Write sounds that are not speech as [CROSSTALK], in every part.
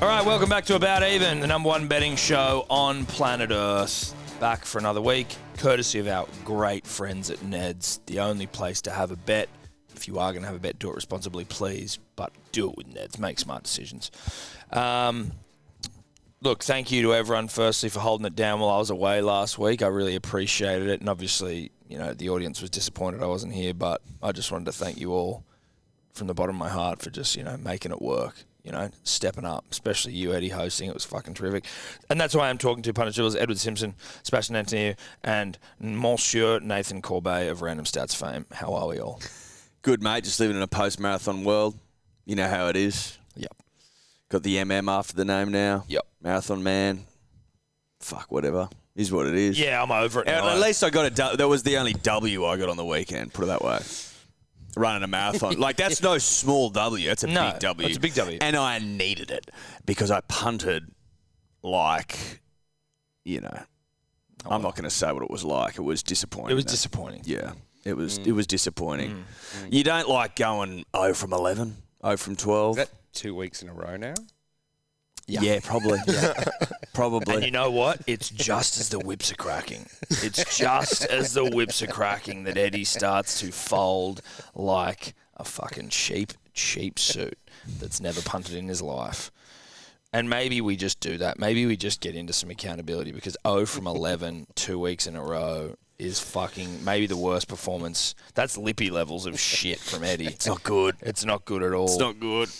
All right, welcome back to About Even, the number one betting show on planet Earth. Back for another week, courtesy of our great friends at Ned's, the only place to have a bet. If you are going to have a bet, do it responsibly, please, but do it with Ned's. Make smart decisions. Um, look, thank you to everyone, firstly, for holding it down while I was away last week. I really appreciated it. And obviously, you know, the audience was disappointed I wasn't here, but I just wanted to thank you all from the bottom of my heart for just, you know, making it work, you know, stepping up, especially you, Eddie, hosting. It was fucking terrific. And that's why I'm talking to Punishables, Edward Simpson, Sebastian Antonio, and Monsieur Nathan Corbet of Random Stats fame. How are we all? Good, mate. Just living in a post marathon world. You know how it is. Yep. Got the MM after the name now. Yep. Marathon man. Fuck, whatever. Is what it is. Yeah, I'm over it. And now. at least I got a. du- That was the only W I got on the weekend. Put it that way. Running a [LAUGHS] marathon, like that's no small W. That's a No, big W. that's a big W. And I needed it because I punted, like, you know, I'm not going to say what it was like. It was disappointing. it was though. disappointing. Yeah, it was it was disappointing. You don't like going 0 from 11, 0 from 12. Is that two weeks in a row now? yeah. probably. [LAUGHS] probably. And you know what? It's just as the whips are cracking. It's just as the whips are cracking that Eddie starts to fold like a fucking sheep, sheep suit that's never punted in his life. And maybe we just do that. Maybe we just get into some accountability because 0 from 11, two weeks in a row, is fucking maybe the worst performance. That's lippy levels of shit from Eddie. It's not good. It's not good at all. It's not good.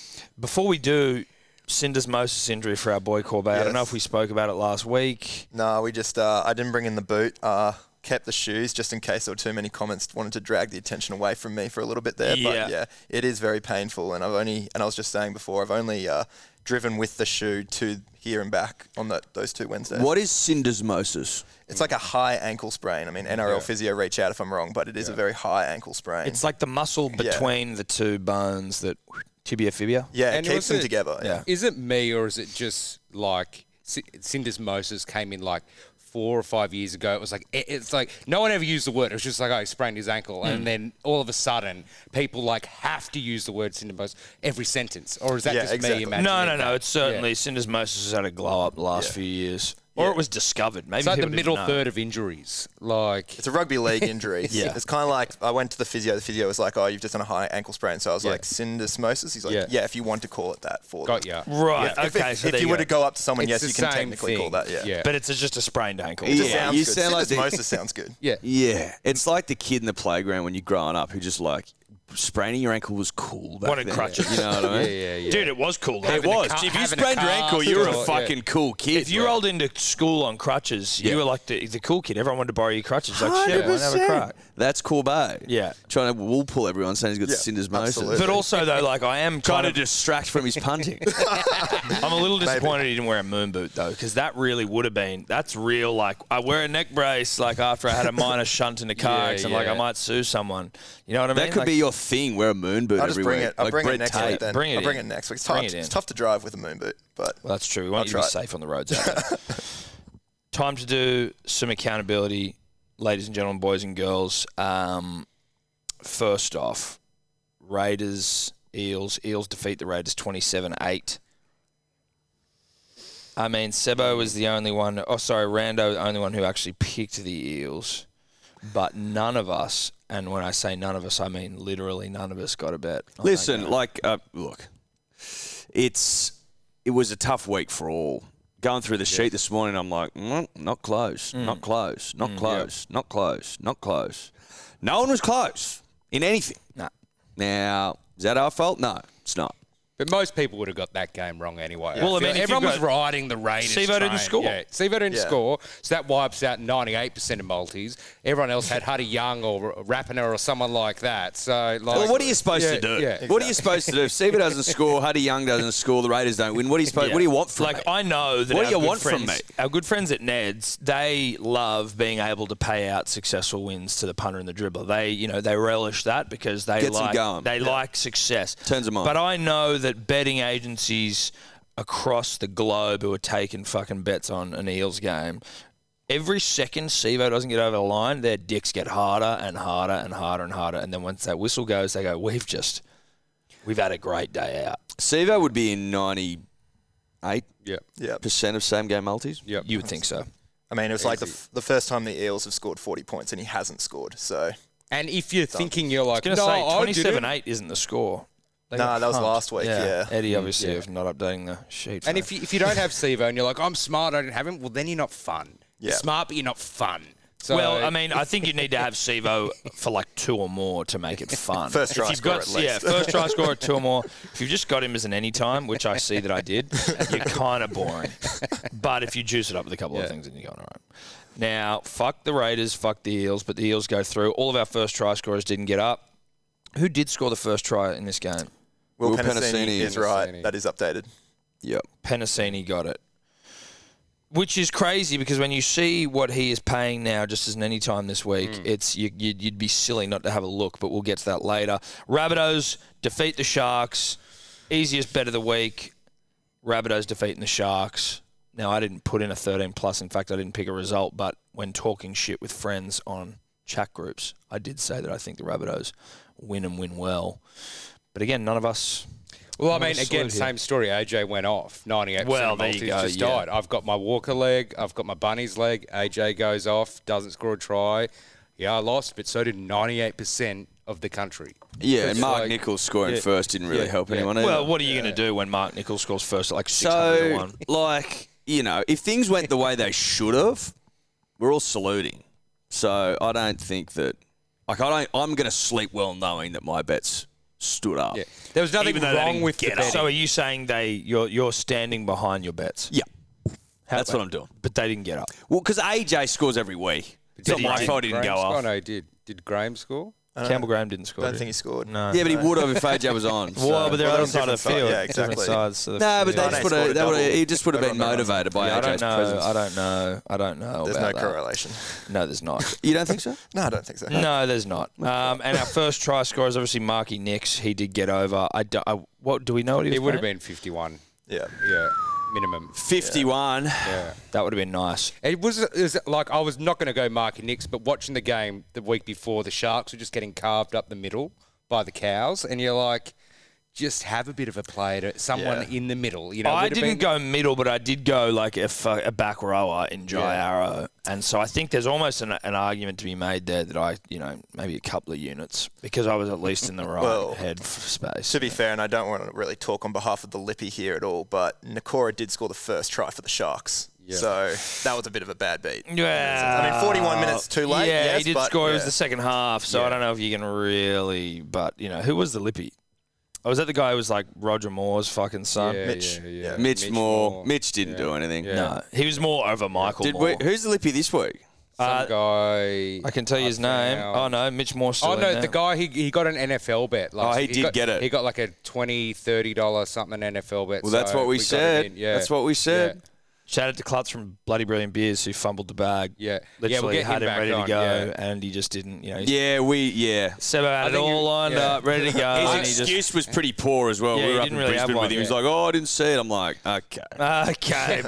Before we do, syndesmosis injury for our boy Corbett. I don't know Yes. if we spoke about it last week. No, we just uh, I didn't bring in the boot. Uh, kept the shoes just in case there were too many comments. Wanted to drag the attention away from me for a little bit there, Yeah. but yeah, it is very painful. And I've only and I was just saying before I've only uh, driven with the shoe to here and back on that those two Wednesdays. What is syndesmosis? It's like a high ankle sprain. I mean, NRL physio reach out if I'm wrong, but it is a very high ankle sprain. It's like the muscle between the two bones that tibia fibia. yeah, it And keeps was them it- together. Yeah. Is it me or is it just like sy- syndesmosis came in like four or five years ago? It was like it- it's like no one ever used the word. It was just like oh, he sprained his ankle, Mm. and then all of a sudden people like have to use the word syndesmosis every sentence, or is that Yeah, just me exactly. imagining? No, no, that? no. It's certainly syndesmosis has had a glow up the last few years, or it was discovered. Maybe It's like the people didn't middle know. third of injuries. Like It's a rugby league injury. Yeah. It's kind of like I went to the physio. The physio was like, "Oh, you've just done a high ankle sprain." So I was like, "Syndesmosis." He's like, Yeah. "Yeah, if you want to call it that for got them. ya. Right. If- okay. If, so if there you were to go, go up to someone, It's yes, the you can same technically call thing. that. Yeah. Yeah. but it's just a sprained ankle. It Yeah. just sounds you good. sound like the- Syndesmosis sounds good. Yeah. Yeah, it's like the kid in the playground when you're growing up who just like spraining your ankle was cool. Back Wanted then. crutches. You know [LAUGHS] what I mean? yeah, yeah. Dude, it was cool. It Having a was. car- if you having a sprained your car ankle, you were a or- yeah. fucking cool kid. If you rolled into school on crutches, you Yeah. were like the, the cool kid. Everyone wanted to borrow your crutches. Like, shit, we'll have a crack. That's Corbet. Yeah. Trying to wool pull everyone saying he's got Yeah, syndesmosis. absolutely. But also though, like I am Trying kind to of distract from his [LAUGHS] punting. [LAUGHS] I'm a little disappointed he didn't wear a moon boot though, because that really would have been that's real. Like I wear a neck brace, like after I had a minor [LAUGHS] shunt in a car Yeah, accident, like I yeah. might sue someone. You know what I mean? That could Like, be your thing. Wear a moon boot I'll just every bring week. it. I'll like bring it Brett next Tape. week. Then Bring it I'll bring in. it next week. It's Bring tough, it in. it's tough to drive with a moon boot, but Well, that's true. We want I'll you to be try it. safe on the roads. out there. Time to do some accountability, ladies and gentlemen, boys and girls. Um, first off, Raiders, Eels. Eels defeat the Raiders 27 8. I mean, Sebo was the only one, oh, sorry, Rando, the only one who actually picked the Eels. But none of us, and when I say none of us, I mean literally none of us got a bet. on that Listen, game. like, uh, look, it's it was a tough week for all. Going through the sheet this morning, I'm like, mm, not close, not Mm. close, not close, not close, not close. No one was close in anything. Nah. Now, is that our fault? No, it's not. But most people would have got that game wrong anyway. Well, I I feel mean, if you've everyone was got- riding the Raiders. Sevo didn't train. score. Yeah, Sevo didn't Yeah. score, so that wipes out 98% of multis. Everyone else had Huddy Young or Rapiner or someone like that. So, like, Well, what are you supposed yeah, to do? Yeah. What are you supposed to do? If Seaver doesn't score, Huddy Young doesn't score, the Raiders don't win. What do you supposed? Yeah. What do you want from like me? I know that What do our you good want friends, from me? Our good friends at Ned's, they love being able to pay out successful wins to the punter and the dribbler. They, you know, they relish that because they Gets 'em like going. they like success. Turns 'em on. But I know that betting agencies across the globe who are taking fucking bets on an Eels game. Every second Sevo doesn't get over the line, their dicks get harder and harder and harder and harder. And then once that whistle goes, they go, "We've just, we've had a great day out." Sevo would be in 98% eight Yeah. Yeah. percent of same game multis. Yeah. You would think so. I mean, it was like the, f- the first time the Eels have scored 40 points and he hasn't scored. So, And if you're thinking you're like, Gonna no, say I did it. twenty-seven eight isn't the score. They Nah, got that was pumped. last week, yeah. Eddie obviously of not updating the sheet. And for if you, if you don't have Sevo and you're like, I'm smart, I don't have him, well, then you're not fun. You're Yeah. smart, but you're not fun. So, Well, I mean, I think you need to have [LAUGHS] Sevo for like two or more to make it fun. First try if you've scorer got, at least. Yeah, first try score at two or [LAUGHS] more. If you've just got him as an any time, which I see that I did, [LAUGHS] you're kind of boring. But if you juice it up with a couple of things, then you're going all right. Now, fuck the Raiders, fuck the Eels, but the Eels go through. All of our first try scorers didn't get up. Who did score the first try in this game? Will, Will Penasini. Penasini is Penasini. right. That is updated. Yep. Penasini got it. Which is crazy because when you see what he is paying now, just as in any time this week, it's you, you'd, you'd be silly not to have a look. But we'll get to that later. Rabbitohs defeat the Sharks. Easiest bet of the week. Rabbitohs defeating the Sharks. Now I didn't put in a 13 plus. In fact, I didn't pick a result. But when talking shit with friends on chat groups, I did say that I think the Rabbitohs win and win well. But again, none of us. well, I I'm mean, gonna again, salute him. same story. AJ went off. 98% Well, of there you multis go, just yeah. died. I've got my Walker leg. I've got my Bunnies leg. AJ goes off, doesn't score a try. Yeah, I lost, but so did 98% of the country. Yeah, and It's Mark like- Nichols scoring yeah, first didn't really yeah, help yeah. anyone. Well, either. what are you going to do when Mark Nichols scores first at like 600 to so 1? like you know, if things went the way they should have, we're all saluting. So I don't think that like I don't. I'm going to sleep well knowing that my bets stood up. Yeah. There was nothing Even though they wrong didn't with the get up. betting. So are you saying they you're you're standing behind your bets? Yeah, How- that's what I'm doing. But they didn't get up. Well, because AJ scores every week. It's not he- my did fault he didn't go Graham score? off. No, he did. Did Graham score? Campbell Graham didn't score. I don't did think he scored. No. he? Yeah, but he would have if AJ [LAUGHS] was on. so- Well, but they're Well, on the they're side on of the different field. side, yeah, Different exactly. sides of the no, field. but they just Yeah. Arne would have. scored a They would have. double. He just would have been Everyone ran motivated by I don't AJ's know. presence. I don't know. I don't know. There's no about that. correlation. No, there's [LAUGHS] not. You don't think so? No, I don't think so. No, there's not. Um, and our first try scorer is obviously Marky Nix. He did get over. I, do, I what do we know what he was It would have playing? been 51. Yeah. Yeah, minimum. Fifty-one. Yeah. That would have been nice. It was, it was like I was not going to go Marky Nix, but watching the game the week before, the Sharks were just getting carved up the middle by the cows, and you're like, just have a bit of a play to someone in the middle. You know, I would've didn't been- go middle, but I did go like a, fu- a back rower in Jai Yeah. Arrow, and so I think there's almost an, an argument to be made there that I, you know, maybe a couple of units because I was at least in the right Well, head f- space. To be fair, and I don't want to really talk on behalf of the Lippy here at all, but Nakora did score the first try for the Sharks. So that was a bit of a bad beat. yeah, I mean, 41 minutes too late, Yeah, yes, he did but score. It was yeah. the second half, so I don't know if you can really. But you know, who was the lippy? Oh, was that the guy who was like Roger Moore's fucking son? Yeah, Mitch. yeah, yeah. Yeah. Mitch, Moore. Mitch didn't do anything. Yeah. No, he was more over Michael. Did Moore. we? Who's the lippy this week? Uh, Some guy. I can tell you his name. found- Oh no, Mitch Moore. Still Oh in no, there. the guy he, he got an NFL bet. Last, Oh, he did got, get it. He got like a 20 $30 dollar something NFL bet. Well, that's so what we, got him said. in, Yeah, That's what we said. Shout out to Klutz from Bloody Brilliant Beers who fumbled the bag. Yeah. Literally Yeah, we'll get had him, him back ready on, to go yeah. and he just didn't, you know. Yeah. Yeah, we yeah. Sebo had it think all you- lined yeah. up, ready to go. His Uh, and he excuse just, was pretty poor as well. Yeah, we he were up in didn't really have Brisbane one, with him. He was yeah. like, "Oh, I didn't see it." I'm like, "Okay." okay,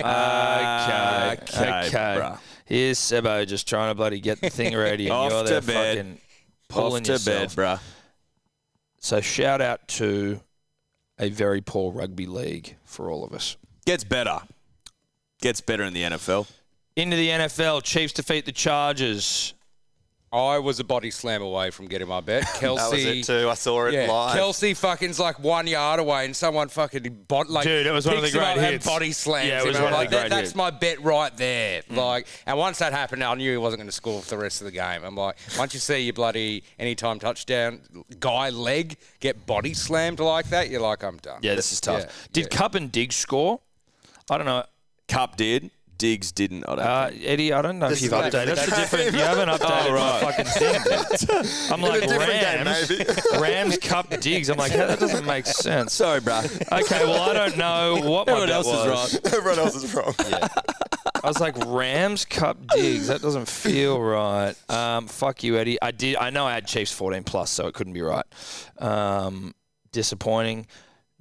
[LAUGHS] bruh. okay. Okay, bruh. Here's Sebo just trying to bloody get the thing ready. and Off you're there to bed. fucking pulling Off to bed, yourself. bruh. So shout out to a very poor rugby league for all of us. Gets better. Gets better in the NFL. Into the NFL, Chiefs defeat the Chargers. I was a body slam away from getting my bet. Kelsey. That was it too. I saw it Yeah, live. Kelsey fucking like one yard away, and someone fucking bot like Dude, it was one of the picks him great up and hits. body slams. Yeah, it him, was and one of I'm the like, great that, That's hits. Mm. my bet right there. Like, and once that happened, I knew he wasn't going to score for the rest of the game. I'm like, once you see your bloody anytime touchdown guy leg get body slammed like that, you're like, I'm done. Yeah, this is tough. Yeah, Did Cup and Diggs score? I don't know. Cup did. Diggs didn't. I don't. Uh, Eddie, I don't know if This you've is a updated. different That's a game. different. You haven't updated Oh, right. my fucking thing. dude. I'm like a different game, Rams, [LAUGHS] Rams Cup digs. I'm like that doesn't make sense. [LAUGHS] Sorry, bruh. Okay, well I don't know what my Everyone bet else was. is right. [LAUGHS] Everyone else is wrong. I was like Rams Cup digs. That doesn't feel right. Um, fuck you, Eddie. I did. I know I had Chiefs 14 plus, so it couldn't be right. Um, disappointing.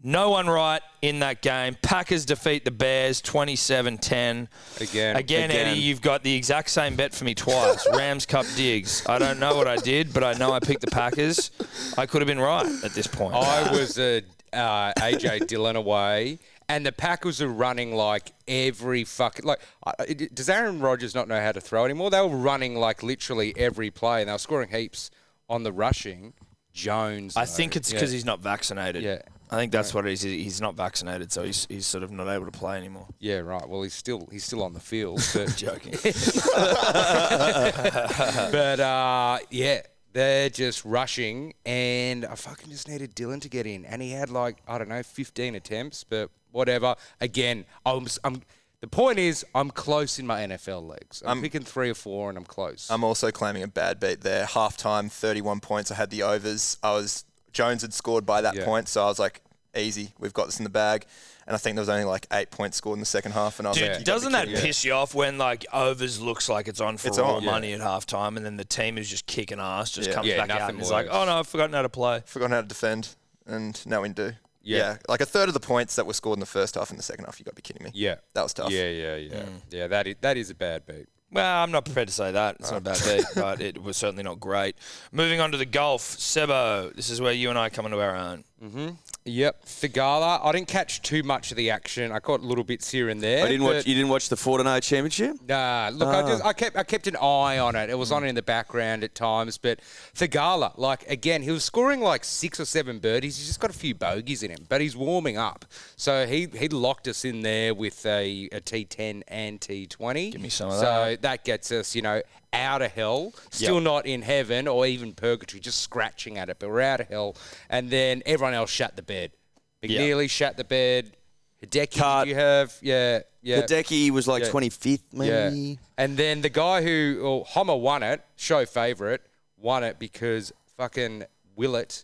No one right in that game. Packers defeat the Bears 27-10. Again. Again, Again. Eddie, you've got the exact same bet for me twice. Rams Cup digs. I don't know what I did, but I know I picked the Packers. I could have been right at this point. I was a uh, AJ Dillon away and the Packers are running like every fucking like. I- I- Does Aaron Rodgers not know how to throw anymore? They were running like literally every play, and they were scoring heaps on the rushing. Jones, I though, think it's yeah. because he's not vaccinated. Yeah. I think that's what it is. He- He's not vaccinated, so he's, he's sort of not able to play anymore. yeah, right. Well, he's still he's still on the field, but, Joking. [LAUGHS] but uh, yeah, they're just rushing, and I fucking just needed Dylan to get in, and he had like I don't know, fifteen attempts, but whatever. Again, I'm s- I'm. The point is, I'm close in my NFL legs. I'm, picking three or four, and I'm close. I'm also claiming a bad beat there. Half time, 31 points. I had the overs. I was Jones had scored by that Yeah. point, so I was like, easy, we've got this in the bag. And I think there was only like eight points scored in the second half, and I was like, Dude, you gotta be doesn't that kidding me. piss you off when like overs looks like it's on for It's all on, yeah. money at halftime, and then the team is just kicking ass, just Yeah. comes Yeah, back out nothing and is like, works. "Oh no, I've forgotten how to play." Forgotten how to defend, and now we do. Yeah. like a third of the points that were scored in the first half and the second half. You got to be kidding me. Yeah, that was tough. Yeah, yeah, yeah, yeah. That is that is a bad beat. Well, I'm not prepared to say that. It's not a bad beat, but it was certainly not great. Moving on to the golf, Sebo. This is where you and I come into our own. Yep, Figala. I didn't catch too much of the action. I caught little bits here and there. I didn't watch. but- You didn't watch the Fortnite Championship. Nah, look, I just I kept I kept an eye on it. It was on in the background at times, but Thagala, like again, he was scoring like six or seven birdies. He's just got a few bogeys in him, but he's warming up. So he he locked us in there with a, a T10 and T20. Give me some of so So that gets us, you know, out of hell. Still not in heaven or even purgatory. Just scratching at it, but we're out of hell. And then everyone else shat the bed. McNeely shat the bed. Hideki, Cart. did you have yeah yeah. Hideki was like Yeah. 25th, maybe. Yeah. And then the guy who, well, Homer won it, show favourite, won it because fucking Willett,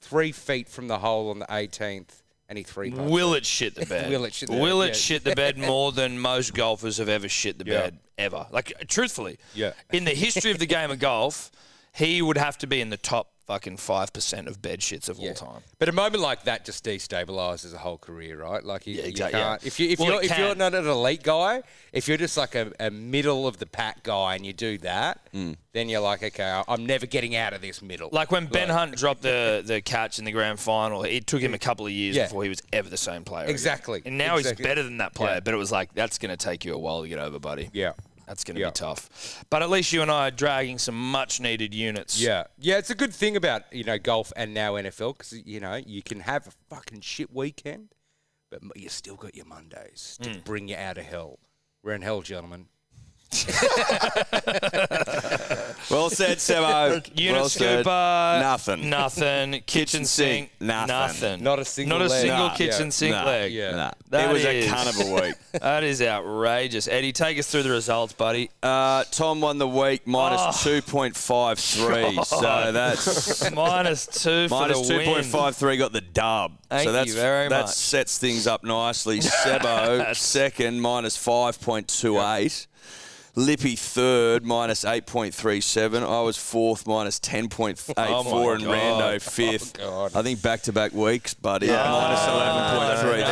three feet from the hole on the 18th, and he three putted. Will it shit the bed? Mm-hmm. Will it shit the bed, Will it yeah. shit the bed more than most golfers have ever shit the Yeah. bed ever? Like truthfully, Yeah. In the history of the game of golf, he would have to be in the top fucking five percent of bed shits of all time. But a moment like that just destabilizes a whole career, right? Like you, Yeah, you exact- yeah. can't. If you if Well, you're it if you're can. not an elite guy, if you're just like a, a middle of the pack guy and you do that, Mm. then you're like, okay, I- I'm never getting out of this middle. Like when Ben Hunt dropped the, the catch in the grand final, it took him a couple of years Yeah. before he was ever the same player. again. Exactly, And now exactly. he's better than that player, Yeah. but it was like, that's going to take you a while to get over, buddy. yeah. That's going to Yeah. be tough. But at least you and I are dragging some much needed units. Yeah, yeah, it's a good thing about you know golf and now NFL because you know you can have a fucking shit weekend, but m- you still got your Mondays Mm. to bring you out of hell. We're in hell, gentlemen. Well said, [LAUGHS] Sebo. Unit well scooper. said. Nothing. Nothing. Kitchen sink. nothing. Not a single Not a leg. single Nah, kitchen yeah, sink nah, leg. yeah. Nah. That it was is- a kind of a [LAUGHS] week. That is outrageous. Eddie, take us through the results, [LAUGHS] buddy. Uh, Tom won the week minus Oh. [LAUGHS] 2.53. So that's Minus two for minus the win. 2.53 got the dub. Thank so that's, you very that much. sets things [LAUGHS] up nicely. Sebo second minus 5.28. Lippy third minus 8.37. I was fourth minus 10.84 Oh my and God. Oh Rando fifth. God. I think back to back weeks, buddy. Minus Bring 11.33. it up.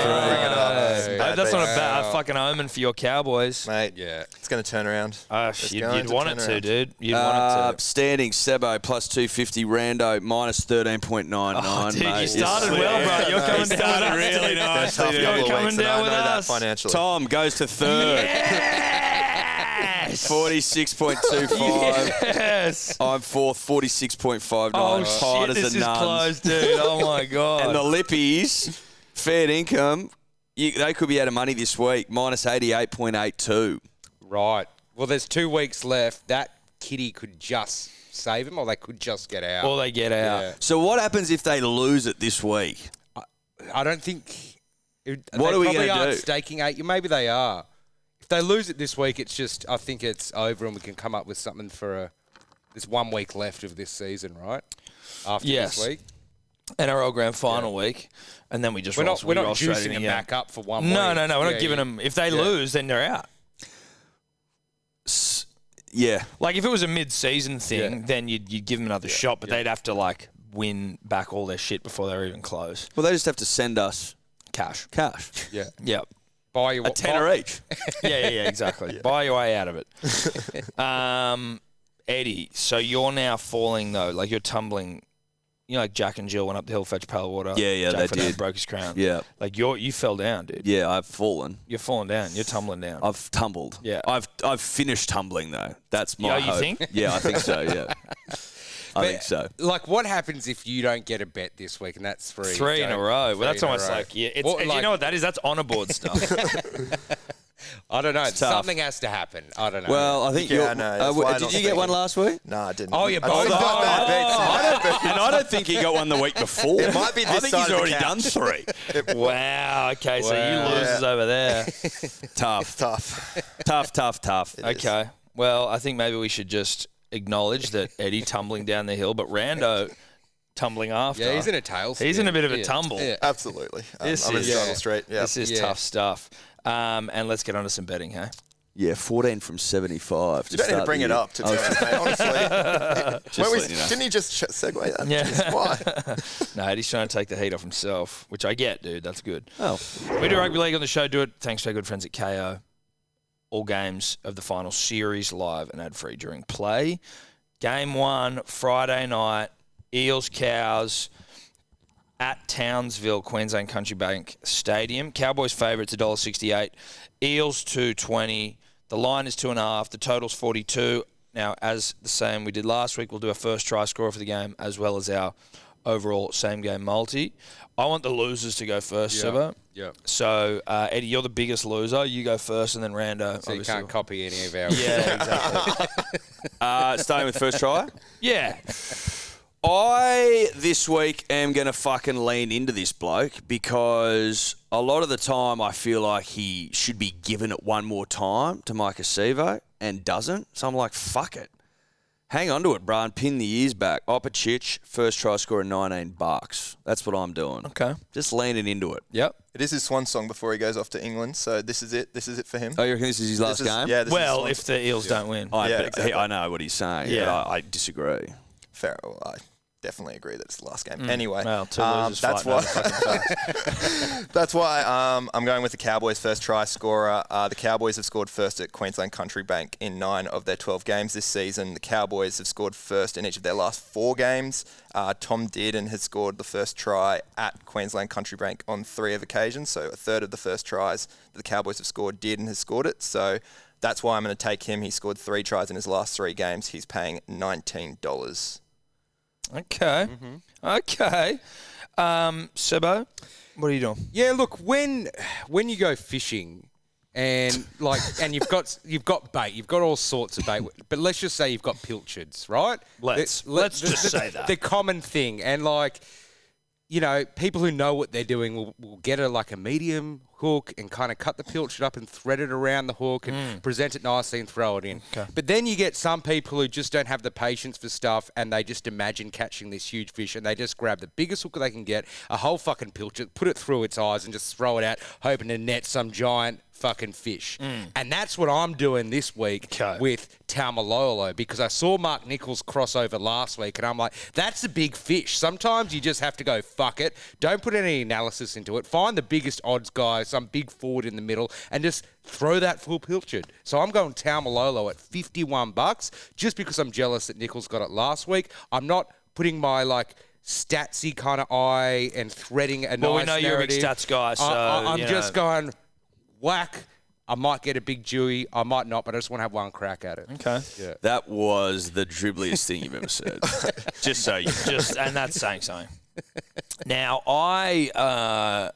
It's Hey. bad That's beat. not a bad fucking omen for your Cowboys. mate. Yeah. it's going to turn around. Uh, It's you'd, going you'd want it turn to, around. dude. You'd Uh, want it to. standing Sebo plus 250, Rando minus 13.99. Oh, dude, you mate. Yes, started sir. well, bro. You're coming He down with started us, really dude. Been a nice. tough You're couple of coming weeks, and down I with know that us. financially. Tom goes to third. Yes! [LAUGHS] 46.25. yes! I'm fourth, 46.59. Oh, Hard shit, as this a is nun. close, dude. Oh, my God. And the Lippies, fair income, you, they could be out of money this week, minus 88.82. Right. Well, there's two weeks left. That kitty could just save him, or they could just get out. Or they get out. Yeah. So what happens if they lose it this week? I don't think. It, What they are we probably gonna aren't do? Staking eight. Maybe they are. If they lose it this week, it's just. I think it's over, and we can come up with something for a. There's one week left of this season, right? After Yes. this week, NRL Grand Final week. And then we just we're roll, not. We're we not roll straight in juicing them again. back up for one. No, week. no, no. We're Yeah, not giving yeah. them. If they Yeah. lose, then they're out. S- Yeah. Like if it was a mid-season thing, then you'd you'd give them another shot, but they'd have to like win back all their shit before they were even close. Well, they just have to send us Cash. cash. Yeah. Yep. Buy your A tenner [LAUGHS] buy- each. Yeah, yeah, yeah. Exactly. Buy your way out of it. [LAUGHS] um, Eddie, so you're now falling though, like you're tumbling you know, like Jack and Jill went up the hill, fetch pail of water. Yeah, yeah, Jack they fell down, did. Broke his crown. Yeah. Like you're, you fell down, dude. Yeah, I've fallen. You're falling down. You're tumbling down. I've tumbled. Yeah. I've I've finished tumbling though. That's my Yeah, you hope. think? Yeah, I think so. [LAUGHS] Yeah, I think so. Like, what happens if you don't get a bet this week? And that's three. Three in a don't- row. three Well, that's in a almost row. like yeah. It's, What, you like- know what that is? That's honor board stuff. I don't know. tough. Something has to happen. I don't know. Well, I think Yeah, you're. I know, uh, that's w- why I did you don't get think- one last week? Nah, I didn't. Oh, you're I just both- got Oh, bad oh, beats. and I don't think he got one the week before. It might be I this think side he's of the already couch. done [LAUGHS] three. wow. Okay. So Wow. you losers over there. tough, Tough. tough, tough, tough. Okay. Well, I think maybe we should just acknowledge that [LAUGHS] Eddie tumbling down the hill, but Rando tumbling after. yeah, he's in a tailspin. He's in a bit of a Yeah. tumble. Yeah. Absolutely. Um, This I'm in is- Struggle yeah. Street. Yeah. This is Yeah. tough stuff. Um, and let's get on to some betting, [LAUGHS] hey? Yeah, fourteen from seventy-five. you don't need to bring it up to be honest, mate, honestly. Weren't we- letting you know. Didn't he just ch- segue that? Yeah. Jeez, Why? [LAUGHS] No, Eddie's trying to take the heat off himself, which I get, dude. That's good. Oh, We do rugby league on the show. Do it thanks to our good friends at KO. All games of the final series live and ad free during play. Game one Friday night. Eels Cows at Townsville Queensland Country Bank Stadium. Cowboys favourites $1.68. Eels two twenty. The line is two and a half. The total's forty two. Now, as the same we did last week, we'll do our first try scorer for the game as well as our overall same game multi. I want the losers to go first, Sebo. Yeah. So, uh, Eddie, you're the biggest loser. You go first, and then Rando. So you obviously. can't copy any of our. yeah, exactly. uh, starting with first try. yeah. I this week am going to fucking lean into this bloke because a lot of the time I feel like he should be given it one more time to Mike Acevo and doesn't. So I'm like, fuck it. Hang on to it, bro, and pin the ears back. Opacic, first try scorer, 19 bucks. That's what I'm doing. Okay. Just leaning into it. Yep. It is his swan song before he goes off to England, so this is it. This is it for him. Oh, you reckon this is his last This is- game? Yeah, this Well, is if his the Eels don't win. I, Yeah, but exactly. I know what he's saying. Yeah. Yeah. I, I disagree. fair. Well, I definitely agree that it's the last game. Anyway, Mm. Well, two um, losers that's fighting over why. [LAUGHS] that's why um, I'm going with the Cowboys first try scorer. Uh, the Cowboys have scored first at Queensland Country Bank in nine of their 12 games this season. The Cowboys have scored first in each of their last four games. Uh, Tom Dearden has scored the first try at Queensland Country Bank on three of occasions. So a third of the first tries that the Cowboys have scored, Dearden has scored it. So that's why I'm going to take him. He scored three tries in his last three games. He's paying $19. Okay. Okay. Um, Sebo, what are you doing? [LAUGHS] Yeah, look, when when you go fishing and like and you've got you've got bait, you've got all sorts of bait, but let's just say you've got pilchards, right? Let's- The- let- let's the- just the- say that. The common thing and like you know, people who know what they're doing will, will get a like a medium hook and kind of cut the pilchard up and thread it around the hook and present it nicely and throw it in. But then you get some people who just don't have the patience for stuff and they just imagine catching this huge fish and they just grab the biggest hook they can get, a whole fucking pilchard, put it through its eyes and just throw it out, hoping to net some giant fucking fish. And that's what I'm doing this week Okay. with Taumalolo because I saw Mark Nichols crossover last week and I'm like, that's a big fish. Sometimes you just have to go, fuck it. Don't put any analysis into it. Find the biggest odds guy, some big forward in the middle, and just throw that full pilchard. So I'm going Taumalolo at 51 bucks just because I'm jealous that Nichols got it last week. I'm not putting my like statsy kind of eye and threading a Well, we nice know you're a big narrative. stats guy, so, I, am you just know. going whack. I might get a big Dewey. I might not, but I just want to have one crack at it. Okay. That was the dribbliest thing you've ever said. Just so [LAUGHS] you Just and that's saying something. Now I uh,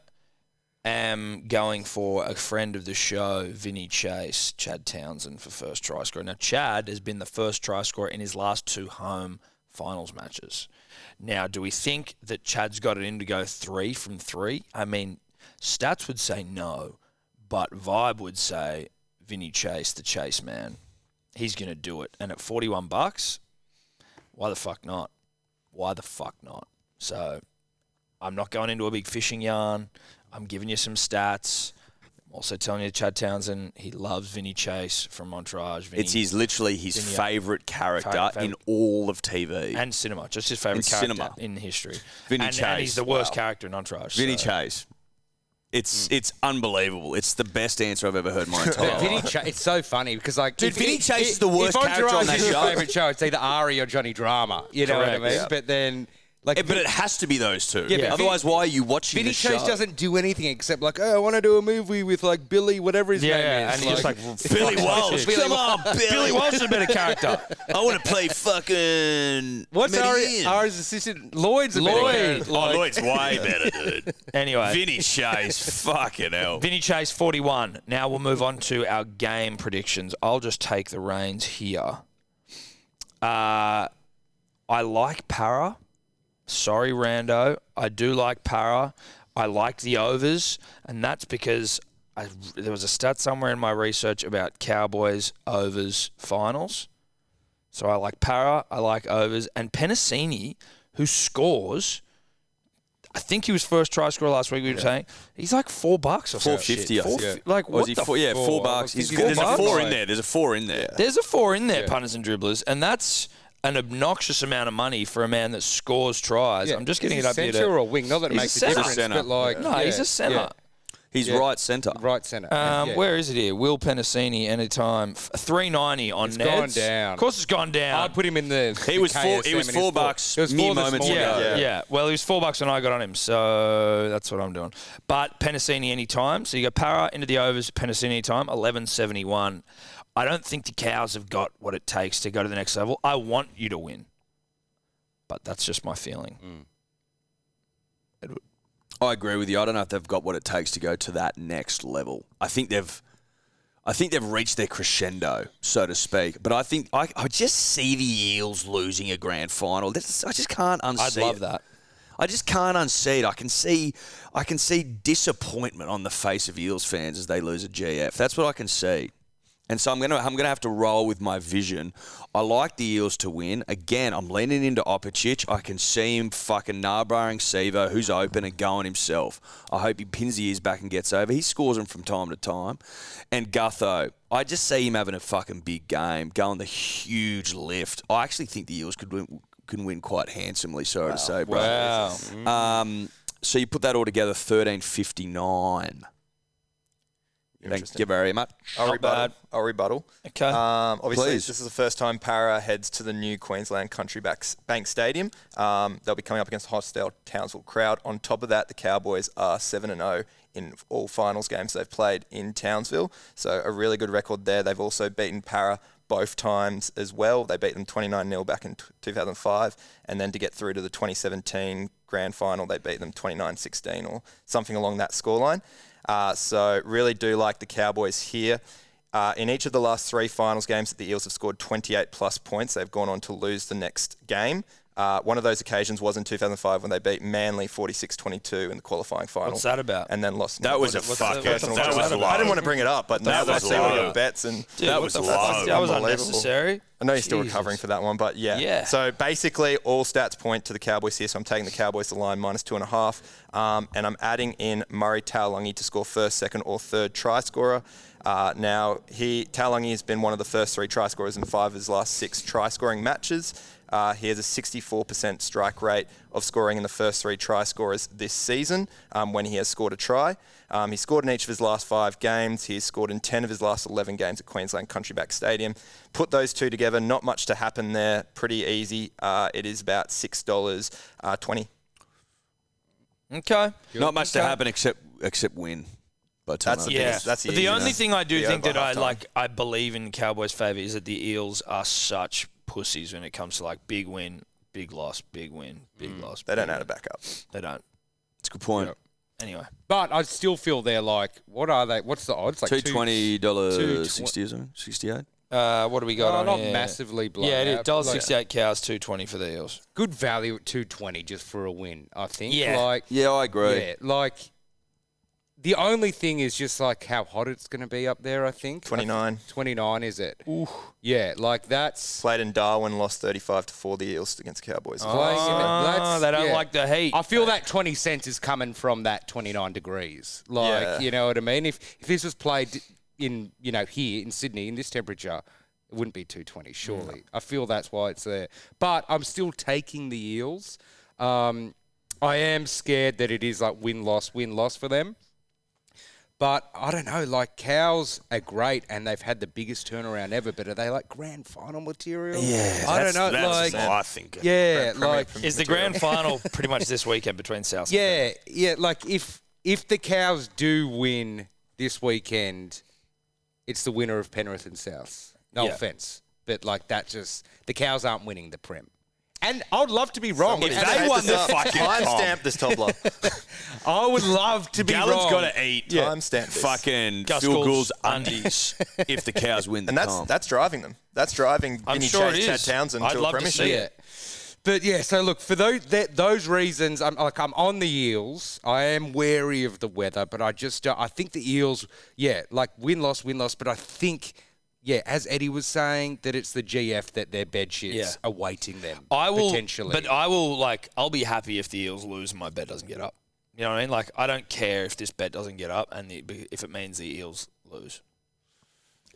am going for a friend of the show, Vinny Chase, Chad Townsend for first try scorer. Now Chad has been the first try scorer in his last two home finals matches. Now, do we think that Chad's got it in to go three from three? I mean, stats would say no, but vibe would say Vinny Chase, the chase man, he's going to do it. And at 41 bucks, why the fuck not? Why the fuck not? So I'm not going into a big fishing yarn. I'm giving you some stats. I'm also telling you Chad Townsend, he loves Vinny Chase from Montrage. Vinny It's his literally his Vinny- favourite character Fa- in favourite- all of TV. and cinema, just his favorite And character cinema. in history. Vinny and, and Chase, he's the worst wow. character in Entourage. Vinny so- Chase. It's it's unbelievable. It's the best answer I've ever heard in my entire But life. Vinny Cha- it's so funny because like, Dude, if- Vinny if- Chase is if- the worst if character on Entourage that is your show. favorite show. It's either Ari or Johnny Drama. You know what I Correct. mean? Yeah. But then Like, Eh, but it has to be those two. but Otherwise, why are you watching Vinny the show? Chase doesn't do anything except like, oh, I want to do a movie with like Billy, whatever his Yeah, name yeah, is. and he's like, Billy Walsh. Billy Come on, Billy. Billy Walsh is a better [LAUGHS] character. I want to play fucking. what's Medellin. our, ours assistant Lloyd's? a bit Lloyd. of a- Oh, Lloyd's way better, dude. Anyway, Vinny. Vinny [LAUGHS] Chase, fucking hell. Chase 41. Now we'll move on to our game predictions. I'll just take the reins here. Uh, I like para. Sorry, Rando. I do like para. I like the overs, and that's because I, there was a stat somewhere in my research about Cowboys overs finals. So I like para. I like overs, and Penasini, who scores. I think he was first try scorer last week. We were saying he's like four bucks or Four some shit. fifty, I Four think. fi- Like what Was he the four, yeah, four, four? bucks. He's, He's there's four a four bucks. in there. There's a four in there. There's a four in there, punters and dribblers, and that's an obnoxious amount of money for a man that scores tries. Yeah. I'm just getting He's it a up here. centre or a To, wing? Not that it He's a makes a, centre. difference, He's a but centre. like, no, yeah, he's a centre. yeah, He's right centre. right centre. Yeah, Um, yeah. Where is it here? Will Penasini anytime F- 390 on It's gone Neds. down. Of course, it's gone down. I'd put him in the. He the was four- he KSM was and four he's bucks It was mere four this moments morning. ago. yeah, Yeah. yeah, Well, he was four bucks when I got on him, so that's what I'm doing. But Penasini anytime. So you go Para into the overs, Penasini anytime, 11.71. I don't think the cows have got what it takes to go to the next level. I want you to win, but that's just my feeling. I agree with you. I don't know if they've got what it takes to go to that next level. I think they've, I think they've reached their crescendo, so to speak. But I think I, I just see the Eels losing a grand final. That's, I just can't unsee. I'd love it. that. I just can't unsee it. I can see, I can see disappointment on the face of Eels fans as they lose a GF. That's what I can see. And so I'm gonna I'm gonna have to roll with my vision. I like the Eels to win. Again, I'm leaning into Opicic. I can see him fucking narbaring Sevo, who's open and going himself. I hope he pins the ears back and gets over. He scores them from time to time. And Gutho, I just see him having a fucking big game, going the huge lift. I actually think the Eels could win can win quite handsomely, sorry to say, bro. Wow. Um, so you put that all together, thirteen fifty nine. Thank Interesting. you very much. I'll rebuttal. bad. I'll rebuttal. Okay. Um, obviously, Please. this is the first time Para heads to the new Queensland Country Backs- Bank Stadium. Um, they'll be coming up against a hostile Townsville crowd. On top of that, the Cowboys are 7 and 0 in all finals games they've played in Townsville. So, a really good record there. They've also beaten Para both times as well. They beat them 29 0 back in t- 2005. And then to get through to the 2017 grand final, they beat them 29 16 or something along that scoreline. Uh, so, really do like the Cowboys here. Uh, in each of the last three finals games, the Eels have scored 28 plus points. They've gone on to lose the next game. Uh, one of those occasions was in 2005 when they beat Manly 46-22 in the qualifying final. What's that about? And then lost. That was a what's the- fucking. what's the- personal that what's was the- low. I didn't want to bring it up, but now That that I was see all low. your bets and Dude, That what was the low. fuck? That was Unbelievable. unnecessary. I know you're still Jesus. recovering for that one, but yeah. Yeah. So basically, all stats point to the Cowboys here. So I'm taking the Cowboys to line minus two and a half, um, and I'm adding in Murray Taolungi to score first, second, or third try scorer. Uh, now he Taolungi has been one of the first three try scorers in five of his last six try scoring matches. Uh, he has a 64% strike rate of scoring in the first three try scorers this season um, when he has scored a try. Um, he scored in each of his last five games. He has scored in 10 of his last 11 games at Queensland Country Back Stadium. Put those two together, not much to happen there. Pretty easy. Uh, it is about $6.20. Uh, 20. Okay. Not much to Okay. happen except except win. But That's the Yeah. biggest- that's the the, easy, only man. thing I do Yeah, think by that I halftime. like, I believe in Cowboys' favour is that the Eels are such pussies when it comes to like big win, big loss, big win, big loss. Mm. They don't big know how to win. back up. They don't. That's a good point. Anyway, But I still feel they're like, what are they? What's the odds? Like Two twenty dollars two tw- sixty or something, sixty eight. uh, what do we got Oh, on not here? massively blown Yeah, it is. out, Dollar but, like, sixty-eight cows, two twenty for the Eels. Good value at two twenty just for a win. I think. Yeah. Like, Yeah, I agree. yeah, like. The only thing is just like how hot it's going to be up there. I think 29. Twenty nine is it? Yeah, like that's Played in Darwin, lost 35 to 4 the Eels against the Cowboys. playing in it. Oh, That's- they don't yeah. like the heat. I feel that 20 cents is coming from that 29 degrees. Like, Yeah. you know what I mean? If if this was played in, you know, here in Sydney in this temperature, it wouldn't be 220 surely. I feel that's why it's there. But I'm still taking the Eels. Um, I am scared that it is like win loss win loss for them. But I don't know, like cows are great and they've had the biggest turnaround ever, but are they like grand final material? Yeah, I don't that's- know. that's Like, what I think. yeah, like, Is the grand [LAUGHS] final pretty much this weekend between South? yeah, yeah, like if if the cows do win this weekend, it's the winner of Penrith and South. No Yeah. offense, but like that just the cows aren't winning the prem. And I'd love to be wrong. Somebody And They I- won the fucking time comp. stamp this toddler. I would love to be Gallon's wrong. got to eat. Yeah. Time stamp this. Fucking Gus Phil Gould's [LAUGHS] Gould's undies if the cows win the and that's comp. that's driving them. That's driving I'm Vinny sure Chase, it Chad is. Townsend I'd to a love to premiership. see it. Yeah. But yeah, so look for those that, those reasons. I'm like I'm on the Eels. I am wary of the weather, but I just don't, I think the Eels. Yeah, like win loss win loss. But I think yeah, as Eddie was saying, that it's the GF that their bed shits Yeah. awaiting them. I will potentially. but I will like I'll be happy if the Eels lose and my bet doesn't get up. You know what I mean? Like I don't care if this bet doesn't get up and the, if it means the Eels lose.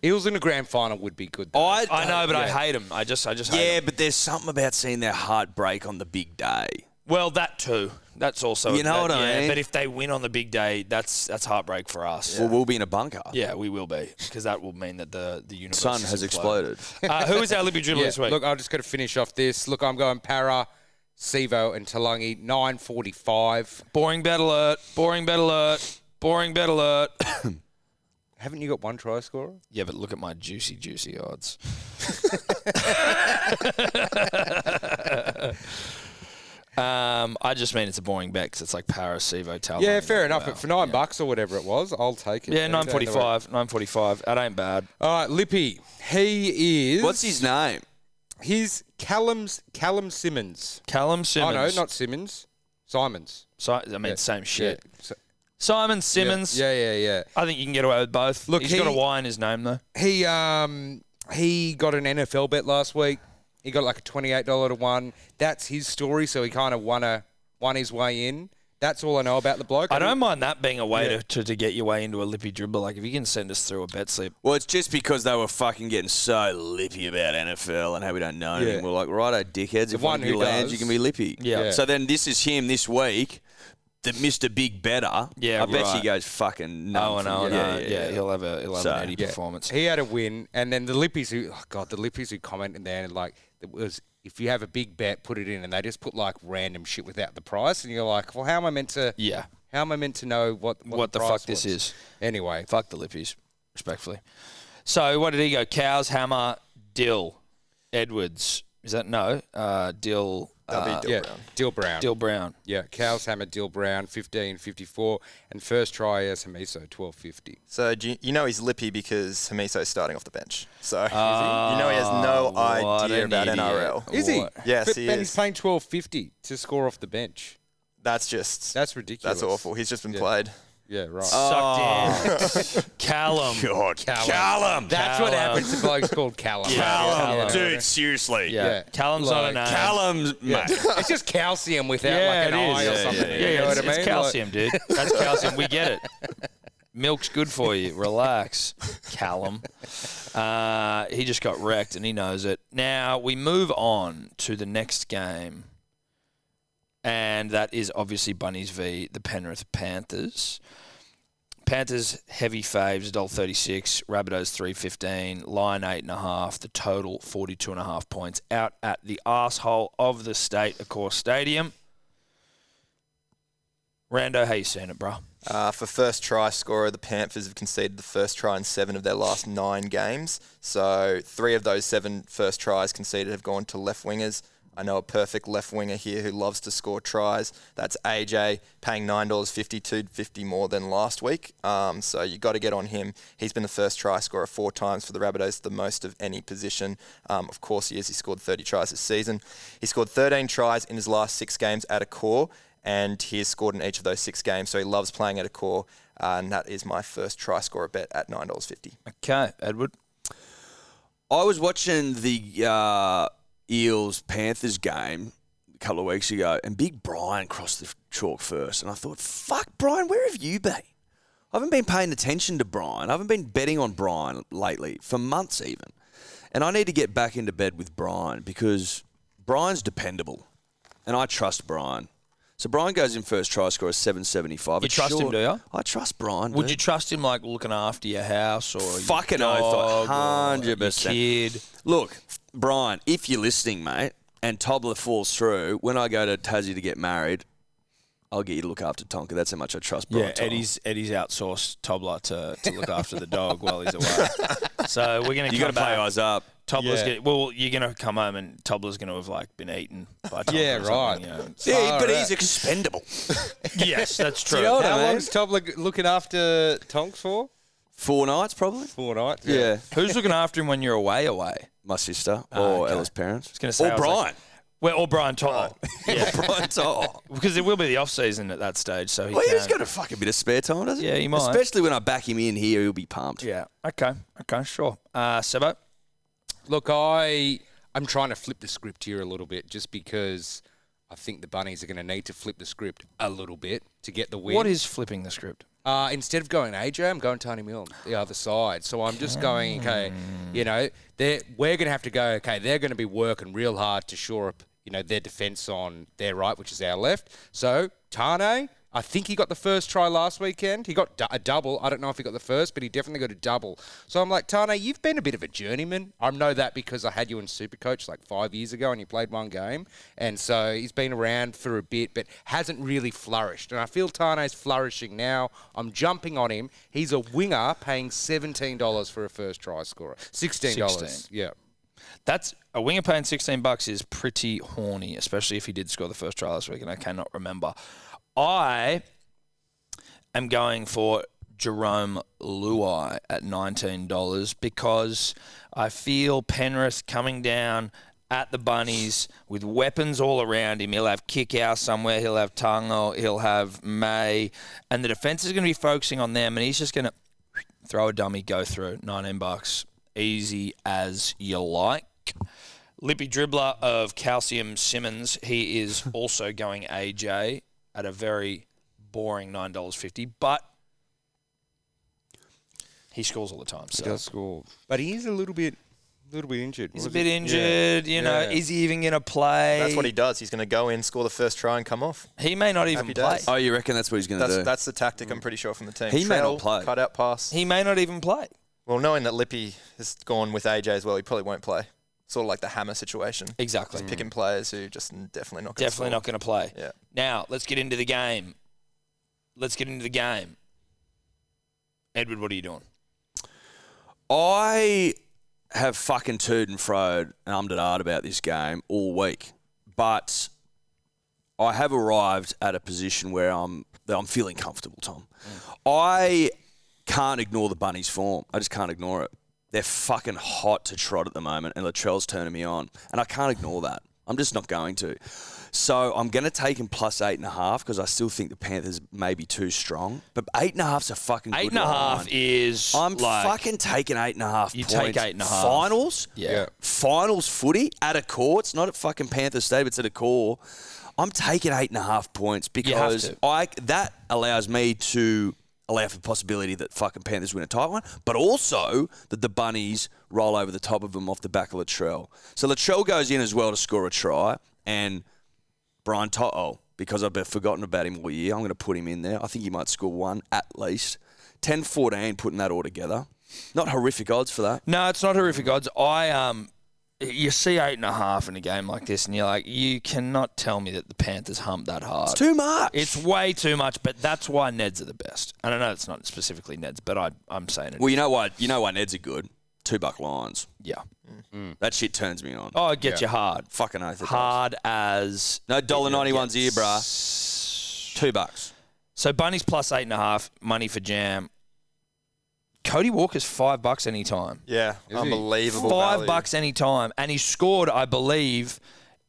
Eels in a grand final would be good. Though. I, I know, but I hate them. I just I just hate yeah, 'em. but there's something about seeing their heart break on the big day. Well, that too. That's also You know that- what I yeah, mean? But if they win on the big day, that's that's heartbreak for us. Well, we'll be in a bunker. Yeah, we will be because that will mean that the the universe Sun has exploded. uh, who is our Libby Dribbler Yeah, this week? Look, I'm just going to finish off this. Look, I'm going Para, Sivo, and Talangi. Nine forty-five. boring bet alert. Boring bet alert. Boring bet alert. Haven't you got one try scorer? [LAUGHS] yeah, but look at my juicy juicy odds. [LAUGHS] um, I just mean it's a boring bet because it's like Paris, Sivo, Talon. Oh, Yeah, fair enough. But for nine bucks or whatever it was, I'll take it. Yeah, Any day nine of the week. forty-five. Nine forty-five. That ain't bad. All right, Lippy. He is. What's his name? His Callum's Callum Simmons. Callum Simmons. Oh no, not Simmons. Simons. Si- I mean, same shit. Yeah. So- Simon Simmons. Yeah, yeah, yeah. I think you can get away with both. Look, Look, he's got a he- Y in his name though. He um he got an NFL bet last week. He got like a twenty-eight dollar to one. That's his story. So he kind of won a won his way in. That's all I know about the bloke. I don't mind that being a way to, to, to get your way into a lippy dribble. Like if you can send us through a bet slip, Well, it's just because they were fucking getting so lippy about NFL and how we don't know Yeah. anything. We're like, righto, dickheads. if one one of you who lands, does. you can be lippy. Yeah. Yeah. So then this is him this week that missed a big better. Yeah, I bet right. he goes fucking no. oh and oh and oh, yeah, he'll have a he'll have So, an Eddie Yeah. performance. He had a win, and then the Lippies who, oh God, the Lippies who commented there like it was if you have a big bet, put it in, and they just put like random shit without the price, and you're like, well, how am I meant to? Yeah. How am I meant to know what what, What the price fuck this was? is. Anyway, Fuck the lippies, respectfully. So what did he go? Cows, Hammer, Dill, Edwards. Is that no? Uh, Dill, uh, That'd be yeah, Dill Brown. Dill Brown. Dill Brown. Yeah, Cows Hammer Dill Brown, fifteen fifty four, and first try as Hamiso, twelve fifty. So do you, you know he's lippy because Hamiso's starting off the bench. So Ah, [LAUGHS] you know he has no what idea an about idiot. NRL. Is he? What? Yes, but, he and is. he's paying twelve fifty to score off the bench. That's just That's ridiculous. that's awful. He's just been played. Yeah, right. Oh, Sucked in. Callum. God, Callum. Callum. That's what Callum. happens to blokes called Callum. Yeah. Dude, seriously. Yeah. Yeah. Callum's not a Like- name. Callum, mate. [LAUGHS] it's just calcium without Yeah, like an it eye is. or Yeah, something. yeah, you yeah, know it's, what I mean? it's calcium, dude. That's calcium. We get it. Milk's good for you. Relax, Callum. Uh, he just got wrecked and he knows it. Now we move on to the next game, and that is obviously Bunnies v the Penrith Panthers. Panthers heavy faves, dollar thirty six, Rabbitohs three fifteen, line eight and a half, the total forty two and a half points out at the asshole of the state, of course, stadium. Rando, how you seeing it, bro? Uh, for first try scorer, the Panthers have conceded the first try in seven of their last nine games. So three of those seven first tries conceded have gone to left wingers. I know a perfect left winger here who loves to score tries. That's AJ, paying nine dollars fifty-two fifty more than last week. Um, so you got to get on him. He's been the first try scorer four times for the Rabbitohs, the most of any position. Um, of course, he is. He scored thirty tries this season. He scored thirteen tries in his last six games at a core and he has scored in each of those six games. So he loves playing at a core, uh, and that is my first try scorer bet at nine dollars fifty. Okay, Edward. I was watching the uh, Eels Panthers game a couple of weeks ago, and Big Brian crossed the chalk first, and I thought, "Fuck, Brian, where have you been? I haven't been paying attention to Brian. I haven't been betting on Brian lately for months, even. And I need to get back into bed with Brian because Brian's dependable, and I trust Brian. So Brian goes in first try scorer seven seventy five. You trust him, do you? I trust Brian. Would dude. you trust him like looking after your house or Fucking your oath, dog or your 100%. kid? Look, Brian, if you're listening, mate, and Tobler falls through, when I go to Tassie to get married, I'll get you to look after Tonka. That's how much I trust Brian. Yeah, Tobler. Eddie's Eddie's outsourced Tobler to, to [LAUGHS] look after the dog while he's [LAUGHS] away. So we're gonna You got come to play back. eyes up. Tobler's Yeah. get, well, you're gonna come home and Tobler's gonna have like been eaten [LAUGHS] by Tobler. Yeah, or something, right. you know. Yeah, All but right. he's expendable. yes, [LAUGHS] that's true. You know what How How long's long's looking after Tonks for? Four nights, probably. Four nights. Yeah. Who's looking after him when you're away? Away. My sister or Ah, okay. Ella's parents. gonna say, I or was Brian. like- Well, or Brian Tobler. Yeah, Brian Tobler. [LAUGHS] because it will be the off season at that stage, so he Well, can. he's got a fucking bit of spare time, doesn't he? Yeah, he might. Especially when I back him in here, he'll be pumped. yeah. Okay. Okay. Sure. Uh, Sebo. Look, I I'm trying to flip the script here a little bit, just because I think the bunnies are going to need to flip the script a little bit to get the win. What is flipping the script? Uh, instead of going AJ, I'm going Tony Mill the other side. So I'm just going, Hmm. okay, you know, they're, we're going to have to go, okay, they're going to be working real hard to shore up, you know, their defence on their right, which is our left. So Tane, I think he got the first try last weekend. He got du- a double. I don't know if he got the first, but he definitely got a double. So I'm like, Tane, you've been a bit of a journeyman. I know that because I had you in Supercoach like five years ago and you played one game. And so he's been around for a bit, but hasn't really flourished. And I feel Tane's flourishing now. I'm jumping on him. He's a winger paying $17 for a first try scorer. $16. 16. Yeah. That's a winger paying 16 bucks is pretty horny, especially if he did score the first try last week, and I cannot remember. I am going for Jerome Luai at $19 because I feel Penrith coming down at the Bunnies with weapons all around him. He'll have Kickow somewhere, he'll have Tango, he'll have May, and the defense is going to be focusing on them, and he's just going to throw a dummy, go through, 19 bucks, easy as you like. Lippy dribbler of Calcium Simmons, he is also going AJ at a very boring $9.50, but he scores all the time. So. score. But he is a little bit, little bit injured. He's a What bit is it? injured, you know. Yeah. Is he even going to play? That's what he does. He's going to go in, score the first try, and come off. He may not even Happy play. days. Oh, you reckon that's what he's going to That's do? that's the tactic. I'm pretty sure from the team. He may not Trell, play. Cut out pass. He may not even play. Well, knowing that Lippy has gone with AJ as well, he probably won't play. Sort of like the hammer situation. Exactly. Just picking players who just n- definitely not. Gonna Definitely not going to play. Yeah. Now, let's get into the game. Let's get into the game. Edward, what are you doing? I have fucking toed and froed and ummed and ahed about this game all week, but I have arrived at a position where I'm that I'm feeling comfortable, Tom. I can't ignore the bunnies' form. I just can't ignore it. They're fucking hot to trot at the moment, and Latrell's turning me on, and I can't ignore that. I'm just not going to. So I'm going to take him plus eight and a half because I still think the Panthers may be too strong. But eight and a half's a fucking Eight good and a line. half is I'm like, fucking taking eight and a half. You points. take eight and a half. Finals, Yeah. Finals footy at a core. It's not at fucking Panther Stadium. It's at a core. I'm taking eight and a half points have because to. I that allows me to allow for the possibility that fucking Panthers win a tight one, but also that the Bunnies roll over the top of them off the back of Latrell. So Latrell goes in as well to score a try, and Brian Toto because I've been forgotten about him all year. I'm going to put him in there. I think he might score one at least. 10-14, putting that all together. Not horrific odds for that. No, it's not horrific odds. I um, you see eight and a half in a game like this, and you're like, you cannot tell me that the Panthers hump that hard. It's too much. It's way too much, but that's why Neds are the best. And I know it's not specifically Neds, but I, I'm saying it. well, you know what? You know why Neds are good. Two buck lines. yeah. That shit turns me on. Oh, it gets you hard. Fucking oath. it does. Hard as. No dollar ninety one's here, bruh. Two bucks. So Bunny's plus eight and a half, money for jam. Cody Walker's five bucks anytime. Yeah, unbelievable. Five value. bucks anytime. And he scored, I believe,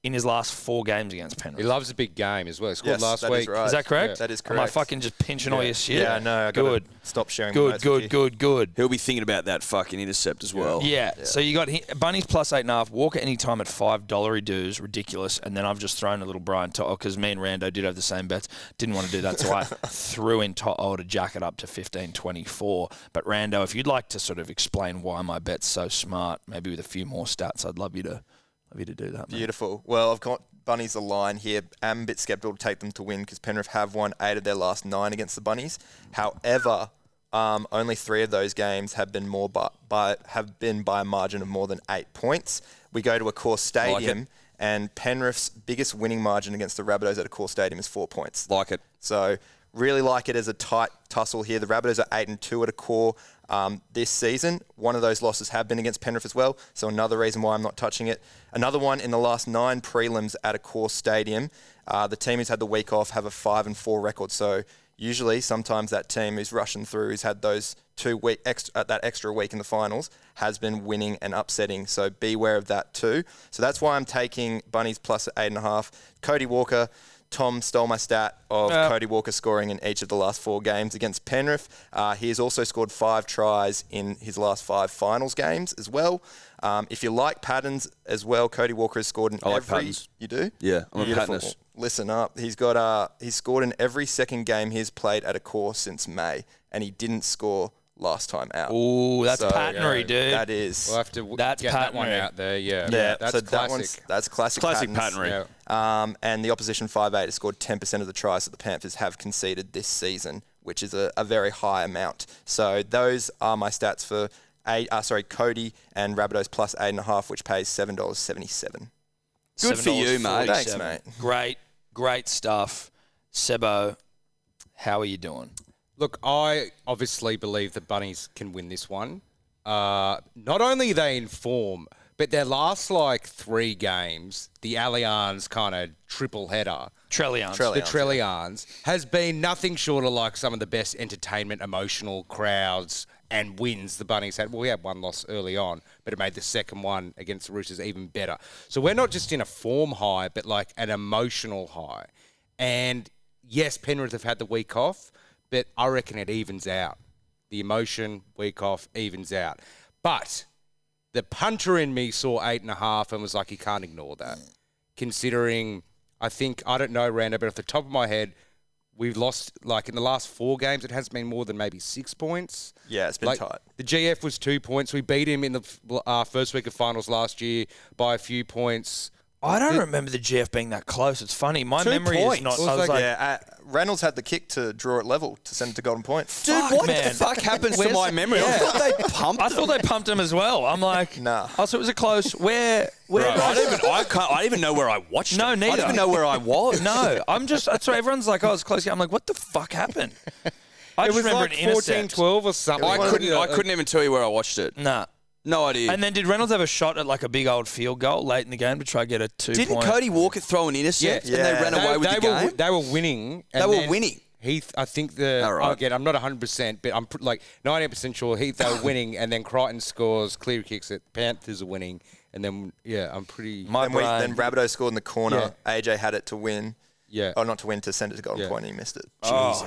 in his last four games against Penrith. He loves a big game as well. He scored Yes, last that is week. right. Is that correct? Yeah. That is Am I correct. fucking just pinching all your shit? Yeah, no, I got good, to stop sharing. my good, notes good, with you. good, good. He'll be thinking about that fucking intercept as well. Yeah. So you got he- Bunny's plus eight and a half. Walker anytime at five dollar dues, ridiculous. And then I've just thrown a little Brian Toto because me and Rando did have the same bets. Didn't want to do that, so I threw in Toto to jack it up to fifteen twenty four. But Rando, if you'd like to sort of explain why my bet's so smart, maybe with a few more stats, I'd love you to of you to do that. mate. Beautiful. Well, I've got Bunnies the line here. am a bit sceptical to take them to win because Penrith have won eight of their last nine against the Bunnies. However, um, only three of those games have been more by, by have been by a margin of more than eight points. We go to a core stadium, and Penrith's biggest winning margin against the Rabbitohs at a core stadium is four points. Like it. So really like it as a tight tussle here. The Rabbitohs are eight and two at a core um, this season. One of those losses have been against Penrith as well. So another reason why I'm not touching it. Another one in the last nine prelims at a core stadium. Uh, the team who's had the week off have a five and four record. So usually, sometimes that team who's rushing through, who's had those two week ex- uh, that extra week in the finals, has been winning and upsetting. So beware of that too. So that's why I'm taking Bunnies plus eight and a half. Cody Walker. Tom stole my stat of Yeah. Cody Walker scoring in each of the last four games against Penrith. Uh, he has also scored five tries in his last five finals games as well. Um, if you like patterns as well, Cody Walker has scored in like every. patterns. You do? Yeah, I'm a Beautiful. patternist. Listen up. He's got uh, he's scored in every second game he's played at a core since May, and he didn't score last time out. Ooh, that's So, patternery, yeah, dude. That is- We'll have to w- That's get that one patternary. out there. Yeah, Yeah, that's so that one's classic. that's classic. Classic patterns. patternery. yeah. Um, and the opposition 5'8 has scored 10% of the tries that the Panthers have conceded this season, which is a, a very high amount. So those are my stats for eight, uh, sorry, Cody and Rabbitohs plus 8.5, which pays $7.77. Good for you, mate. Thanks, mate. Great, great stuff. Sebo, how are you doing? Look, I obviously believe the Bunnies can win this one. Uh, not only are they in form, but their last like three games, the Allianz kind of triple header, Trellian. Trellians. the Trellians, has been nothing short of like some of the best entertainment, emotional crowds and wins the Bunnies had. Well, we had one loss early on, but it made the second one against the Roosters even better. So we're not just in a form high, but like an emotional high. And yes, Penrith have had the week off, but I reckon it evens out. The emotion week off evens out. But the punter in me saw eight and a half and was like, you can't ignore that. Considering, I think, I don't know, Rando, but off the top of my head, we've lost, like, in the last four games, it has been more than maybe six points. Yeah, it's been Like, tight. the GF was two points. We beat him in the f- uh, first week of finals last year by a few points. I don't remember the GF being that close. It's funny. My Two memory points. is not. Well, I it's was like, like- Yeah, uh, Reynolds had the kick to draw it level to send it to Golden Point. Dude, Fuck, what man. the fuck happens to Where's my the- memory? I Yeah. [LAUGHS] thought they pumped. I thought they pumped him as well. I'm like, Nah. Oh, so it was a close. Where? Where? I don't even. I can't. I don't even know where I watched. No, it. I neither. don't even know where I was. No, I'm just. That's why everyone's like, oh, it's close. I'm like, what the fuck happened? I It just was remember like an intercept. 14 12 or [LAUGHS] something. I couldn't. I couldn't even tell you where I watched it. Nah. No idea. And then did Reynolds have a shot at like a big old field goal late in the game to try to get a 2 Didn't point? Cody Walker throw an intercept Yeah. and they Yeah. ran They- away with the were, game? They were winning. and They were then winning. Heath, I think the All right. again, I'm not 100, percent but I'm pr- like 90 percent sure [COUGHS] Heath they were winning, and then Crichton scores, clear kicks it, Panthers are winning, and then yeah, I'm pretty My And we, brain. then Rabideau scored in the corner. AJ had it to win. yeah. Oh, not to win, to send it to Golden Yeah. Point, and he missed it. Oh,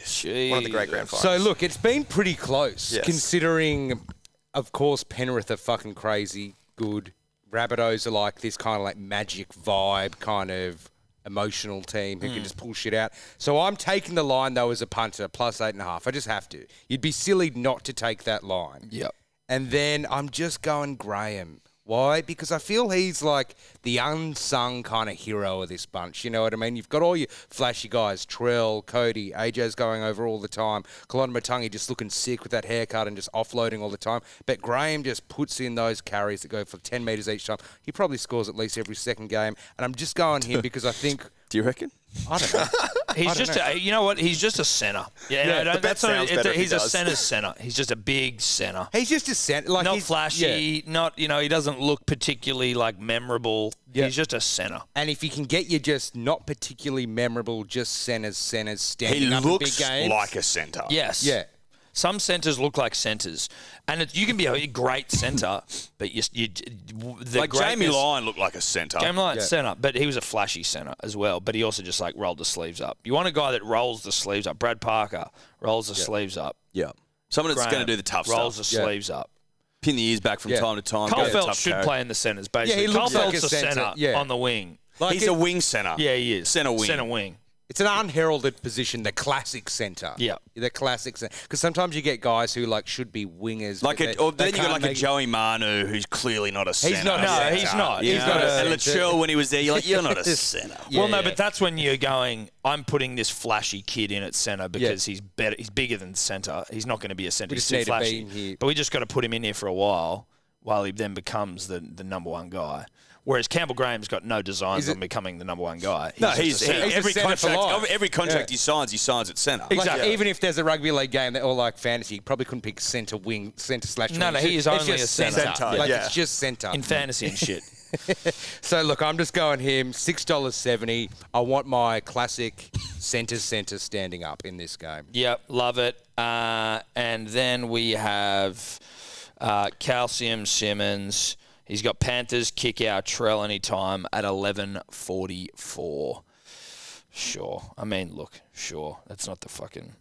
One of the great grand finals. So look, it's been pretty close Yes. considering, of course, Penrith are fucking crazy good. Rabbitohs are like this kind of like magic vibe, kind of emotional team who can just pull shit out. So I'm taking the line though as a punter plus eight and a half. I just have to. You'd be silly not to take that line. Yep. And then I'm just going Graham. Why? Because I feel he's like the unsung kind of hero of this bunch. You know what I mean? You've got all your flashy guys, Trell, Cody, AJ's going over all the time. Kalon Matangi just looking sick with that haircut and just offloading all the time. But Graham just puts in those carries that go for 10 metres each time. He probably scores at least every second game. And I'm just going him [LAUGHS] because I think, Do you reckon? I don't [LAUGHS] know. He's just, a, you know what? He's just a center. Yeah, no, no, bet that's not. sounds it's better a, if he he's a does. center's center. He's just a big center. He's just a cent Like Not he's- flashy. yeah. Not you know. He doesn't look particularly like memorable. He's just a center. And if he can get you just not particularly memorable, just centers, centers, standing up in big games. a centre. Yes. Uh, Yeah. Some centers look like centers, and it, you can be a great center, but you, you the Like Jamie greatness- Lyon looked like a centre. Game line Yeah. center, but he was a flashy center as well. But he also just like rolled the sleeves up. You want a guy that rolls the sleeves up. Brad Parker rolls the sleeves up. yeah. Someone that's going Graham to do the tough rolls stuff. the Yeah. sleeves up. Pin the ears back from Yeah. time to time. go to the Caulfield tough should carry. play in the centers basically. Yeah, he looks like Caulfield's a a center, centre, yeah. on the wing. Like He's it- a wing centre. Yeah, he is Centre wing. Center wing. It's an unheralded position, the classic centre. Yeah. the classic centre. Because sometimes you get guys who like should be wingers. Like but a, they- or they then you got can't like a make- Joey Manu who's clearly not a centre. He's not. No, a centre. he's not. Yeah. He's not a and centre. Latrell, when he was there, you're like, you're not a centre. [LAUGHS] Yeah, well, no, yeah. but that's when you're going. I'm putting this flashy kid in at centre because he's better. He's bigger than centre. He's not going to be a centre. We just he's too need to flashy. be in here. But we just got to put him in here for a while, while he then becomes the, the number one guy. Whereas Campbell Graham's got no designs on becoming the number one guy. No, just he's, a he- centre. He's a every centre for contract. life. Every, every contract Yeah. he signs, he signs at centre. Exactly. Like, even if there's a rugby league game that or like fantasy, you probably couldn't pick centre wing, centre slash. No, wing. no, he It's is just- only it's a just centre. centre. Like Yeah. it's just centre. in fantasy and shit. So look, I'm just going him six dollars seventy. I want my classic centre centre standing up in this game. Yep, love it. Uh, and then we have uh, Calcium Simmons. He's got Panthers kick out Trell anytime at 11:44. Sure. I mean, look, sure. That's not the fucking.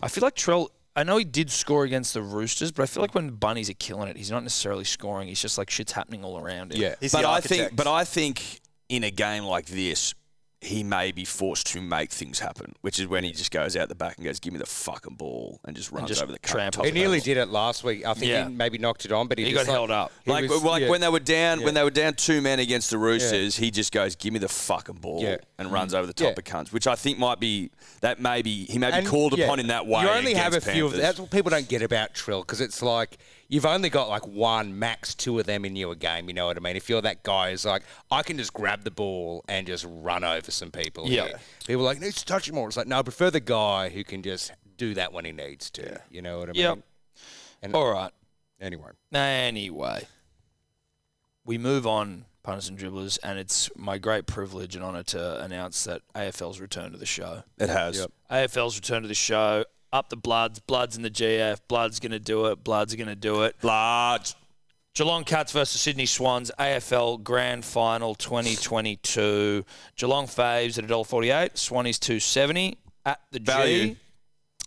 I feel like Trell. I know he did score against the Roosters, but I feel like when bunnies are killing it, he's not necessarily scoring. He's just like shit's happening all around him. He's but the I think, architect. but I think in a game like this, he may be forced to make things happen, which is when he just goes out the back and goes, "Give me the fucking ball," and just runs just over the cup. trample top He it of the nearly ball. did it last week. I think Yeah. he maybe knocked it on, but he, He just got like- held up. he Like, was- like yeah. when they were down, when they were down two men against the Roosters, he just goes, "Give me the fucking ball," Yeah. and runs over the top Yeah. of cunts, which I think might be that maybe he may be And, called yeah, upon in that way. You only have a against few of Panthers. that's what people don't get about Trill because it's like you've only got like one, max two of them in you a game. You know what I mean? If you're that guy who's like, I can just grab the ball and just run over some people. Yeah. here." People are like, needs to touch it more. It's like, no, I prefer the guy who can just do that when he needs to. You know what I mean? Yep. All right. Anyway. Anyway, we move on, punters and dribblers, and it's my great privilege and honour to announce that AFL's return to the show. It has. AFL's return to the show. Up the Bloods, Bloods in the GF, Bloods gonna do it, Bloods gonna do it. Large. Geelong Cats versus Sydney Swans AFL Grand Final 2022. Geelong faves at $1.48, Swannies 270 at the Value. G.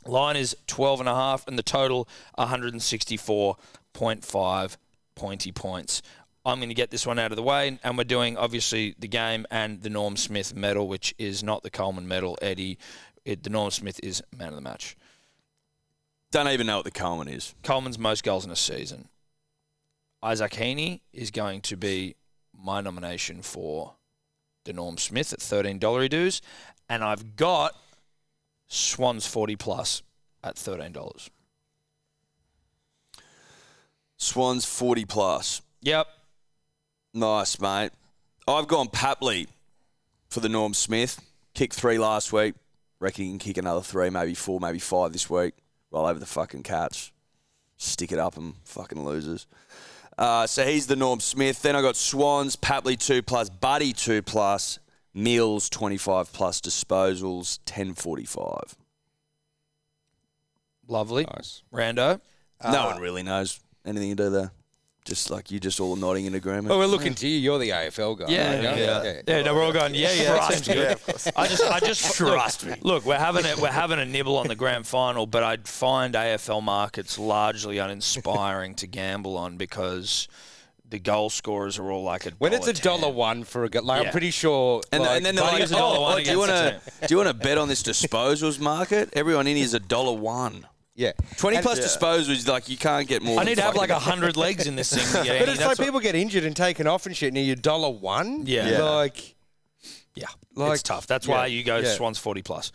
Line is 12 and a half and the total 164.5 pointy points. I'm going to get this one out of the way and we're doing obviously the game and the Norm Smith medal which is not the Coleman medal, Eddie. It, the Norm Smith is man of the match. Don't even know what the Coleman is. Coleman's most goals in a season. Isaac Heaney is going to be my nomination for the Norm Smith at thirteen dollar dues, and I've got Swans forty plus at thirteen dollars. Swans forty plus. Yep. Nice, mate. I've gone Papley for the Norm Smith. Kicked three last week. Reckon he can kick another three, maybe four, maybe five this week. Roll over the fucking cats. Stick it up them fucking losers. Uh, so he's the Norm Smith. Then I got Swans, Papley two plus, Buddy two plus, Mills twenty five plus, disposals ten forty five. Lovely. Nice. Rando. no Ah. one really knows anything to do there. Just like you, just all nodding in agreement. Well, we're looking to you. You're the AFL guy. Yeah, you know? yeah, yeah. no, we're all going. Yeah, yeah. That seems Yeah, good. of course. I just, I [LAUGHS] just Trust look, me. Look, we're having a, we're having a nibble on the grand final, but I'd find AFL markets largely uninspiring to gamble on because the goal scorers are all like a When it's a 10. dollar one for a guy, like Yeah. I'm pretty sure. And, like, and then they're Buddy like, was a dollar oh, one oh, do you want against to do you want to bet on this disposals market? Everyone in here is a dollar one. yeah, Twenty And- plus disposals, like you can't get more. I than need to [LAUGHS] have like fucking- a hundred legs in this thing. To get But any. it's like That's what- people get injured and taken off and shit. Near your dollar one, Yeah. Yeah. [LAUGHS] like yeah, it's like- tough. That's yeah, why you go yeah. Swans forty plus.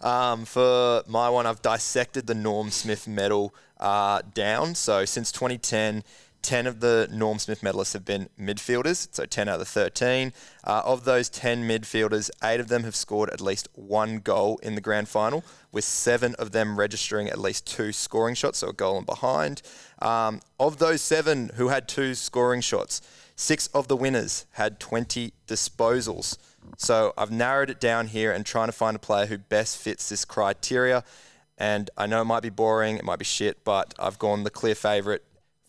Um, for my one, I've dissected the Norm Smith medal uh, down. So since 2010, 10 of the Norm Smith medalists have been midfielders, so 10 out of the 13. Uh, of those 10 midfielders, eight of them have scored at least one goal in the grand final, with seven of them registering at least two scoring shots, so a goal and behind. Um, of those seven who had two scoring shots, six of the winners had 20 disposals. So I've narrowed it down here and trying to find a player who best fits this criteria. And I know it might be boring, it might be shit, but I've gone the clear favourite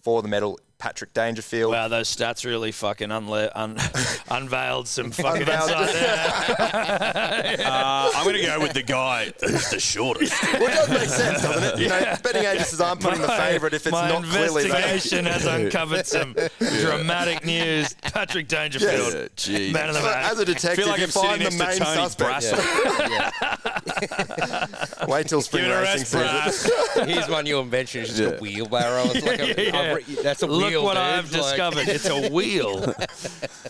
for the medal Patrick Dangerfield. Wow, those stats really fucking unle- un- [LAUGHS] unveiled [LAUGHS] some fucking Unveiled. insight there. Uh, I'm going to go with the guy who's the shortest. Well, it does make sense, doesn't it? [LAUGHS] You know, betting agencies aren't putting the favourite if it's My not clearly there. investigation has uncovered some dramatic news. Patrick Dangerfield, Yeah, geez. man of the So as match. a detective, feel like you I'm find the sitting main next to Tony suspect. [LAUGHS] Wait till spring Give it a racing rest, season. [LAUGHS] Brad. Here's my new invention. It's just a wheelbarrow. It's like [LAUGHS] a, Yeah. I've re- that's a Look wheel. what dude. I've Like- [LAUGHS] discovered. It's a wheel.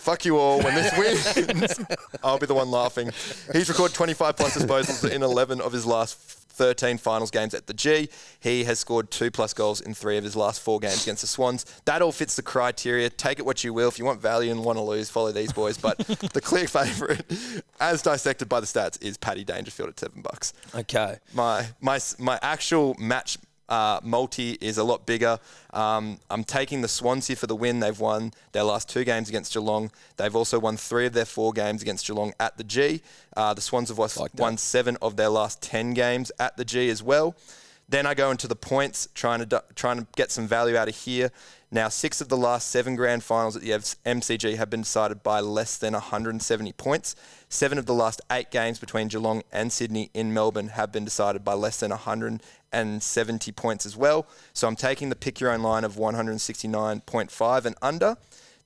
Fuck you all. When this wins, [LAUGHS] I'll be the one laughing. He's recorded 25 plus disposals in 11 of his last 13 finals games at the G. He has scored two plus goals in three of his last four games against the Swans. That all fits the criteria. Take it what you will. If you want value and want to lose, follow these boys. But the clear favourite, as dissected by the stats, is Paddy Dangerfield at seven bucks Okay. my my my actual match uh, multi is a lot bigger. Um, I'm taking the Swans here for the win. They've won their last two games against Geelong. They've also won three of their four games against Geelong at the G. Uh, the Swans have won, won seven of their last ten games at the G as well. Then I go into the points, trying to du- trying to get some value out of here. Now, six of the last seven grand finals at the F- MCG have been decided by less than 170 points. Seven of the last eight games between Geelong and Sydney in Melbourne have been decided by less than 170 points as well. So I'm taking the pick your own line of 169.5 and under.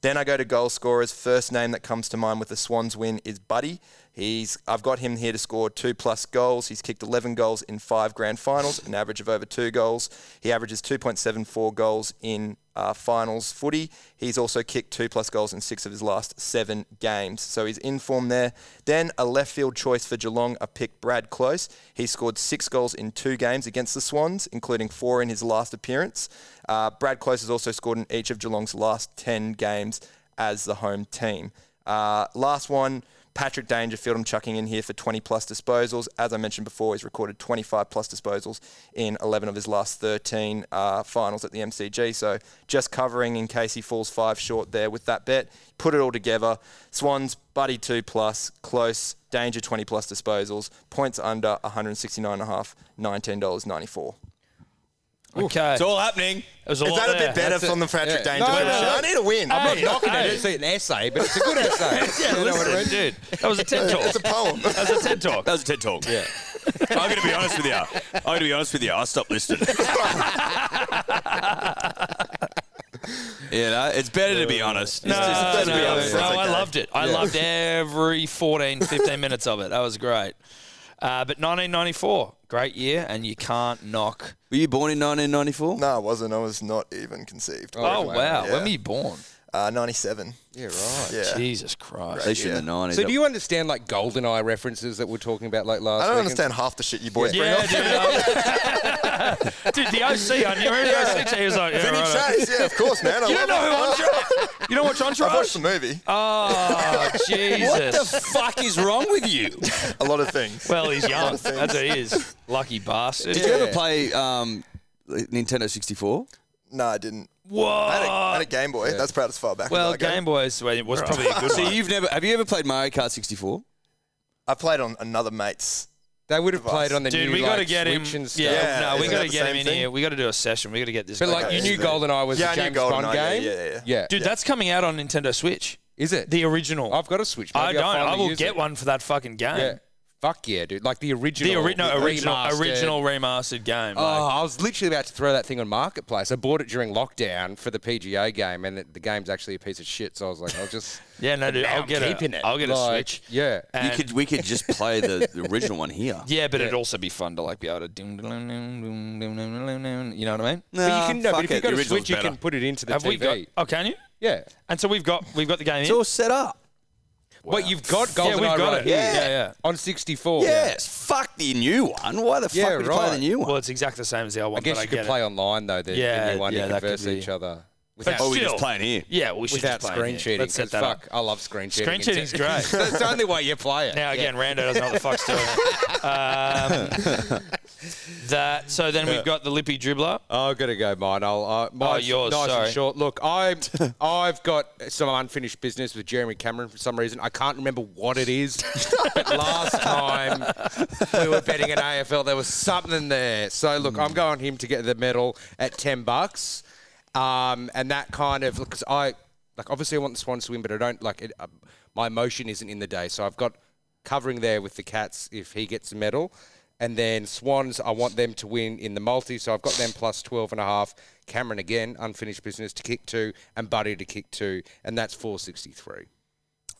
Then I go to goal scorers. First name that comes to mind with the Swans win is Buddy. He's I've got him here to score two plus goals. He's kicked 11 goals in five grand finals, an average of over two goals. He averages 2.74 goals in uh, finals footy. He's also kicked two plus goals in six of his last seven games. So he's in form there. Then a left field choice for Geelong, I picked Brad Close. He scored six goals in two games against the Swans, including four in his last appearance. Uh, Brad Close has also scored in each of Geelong's last 10 games as the home team. Uh, last one, Patrick Dangerfield, I'm chucking in here for 20 plus disposals. As I mentioned before, he's recorded 25 plus disposals in 11 of his last 13 uh, finals at the MCG. So just covering in case he falls five short there with that bet. Put it all together. Swans, Buddy 2 plus, close, Danger 20 plus disposals, points under 169.5, $19.94. Okay. It's all happening. It was a Is lot that a there. bit better That's from it. the Patrick Yeah. Dangerfield? No, no, show? no. I need a win. Hey, I'm I'm not knocking knocking it. hey. It's an essay, but it's a good essay. Yeah, You know what I listen, mean? dude. That was a TED talk. [LAUGHS] It's a poem. That was a TED talk. That was a TED talk. Yeah. I'm going to be honest with you. I'm going to be honest with you. I stopped listening. yeah, no, it's better to be honest. No, It's just- better no, to be no, honest. That's I okay. loved it. I loved every 14, 15 minutes of it. That was great. Uh, but 1994, great year, and you can't knock. were you born in 1994? No, I wasn't. I was not even conceived. Oh, wow. Yeah. When were you born? Uh, 97. Yeah, right. Yeah. Jesus Christ. At least you're in the 90s. So do you understand like GoldenEye references that we're talking about like last I don't week? understand half the shit you boys bring Yeah, [LAUGHS] up. dude. I- dude, the OC, I knew the OC team. He was like, yeah, Vinny right. Chase, yeah, of [LAUGHS] course, man. I You don't love know who it. [LAUGHS] Entourage? You don't watch Entourage? I've watched the movie. [LAUGHS] Oh, Jesus. what the [LAUGHS] fuck is wrong with [LAUGHS] you? A lot of things. well, he's young. things. That's what he is. Lucky bastard. Did you ever play um, Nintendo 64? no, I didn't. Whoa. I had, a, I had a Game Boy. That's proud as far back well, as I go. Game Boys well, it was probably [LAUGHS] a good So one. you've never have you ever played Mario Kart 64? I played on another mate's. They would have played on the Dude, new we like, got to get him. Switch and stuff. yeah, no, we isn't got to that the get him same in thing? here. We got to do a session. We got to get this. But guy like going. you it's knew the- GoldenEye was Yeah, I a knew James GoldenEye, Bond yeah, game. yeah, yeah, yeah. dude, that's coming out on Nintendo Switch. is it? The original. I've got a Switch. I Maybe don't. I finally will use get it. one for that fucking game. Yeah. Fuck yeah, dude! Like the original, The ori- no, the original, remastered. original remastered game. Oh, like- I was literally about to throw that thing on marketplace. I bought it during lockdown for the PGA game, and the, the game's actually a piece of shit. So I was like, I'll just [LAUGHS] yeah, no, dude, Now I'll I'm get keeping a, it. I'll get a Like, Switch. Yeah, You And- could we could just play [LAUGHS] the, the original one here. Yeah, but it'd also be fun to like be able to doom doom doom doom doom doom doom doom. You know what I mean? No, but you can no, fuck but if you it, got the a original's Switch, you better. can put it into the Have TV. we got? Oh, can you? yeah. And so we've got we've got the game It's in. all set up. Wait, you've got GoldenEye yeah, we've got right it. here Yeah, yeah. on 64. Yes, fuck the new one. Why the fuck Yeah, would you play the right. new one? Well, it's exactly the same as the old one. I guess but you could get play It. online though. The, Yeah, the new one, yeah, you that can could verse be- each other But without, oh, we still- just playing here. Yeah, we should without just play screen it. cheating. Let's set 'cause that fuck, up. I love screen cheating. Screen cheating's great. [LAUGHS] That's the only way you play it. Now Yeah. again, Rando doesn't know what the fuck's doing. Um, that so then we've got the lippy dribbler. I've got to Oh, go mine. I'll uh, mine's Oh, yours, nice sorry. and short. Look, I [LAUGHS] I've got some unfinished business with Jeremy Cameron for some reason. I can't remember what it [LAUGHS] is. but last time we were betting an Hmm. AFL, there was something there. So look, I'm going him to get the medal at ten bucks. Um, and that kind of because I like obviously I want the Swans to win, but I don't like it. Uh, my emotion isn't in the day, so I've got covering there with the Cats if he gets a medal, and then Swans I want them to win in the multi, so I've got them plus 12 and a half. Cameron again, unfinished business to kick two, and Buddy to kick two, and that's 463.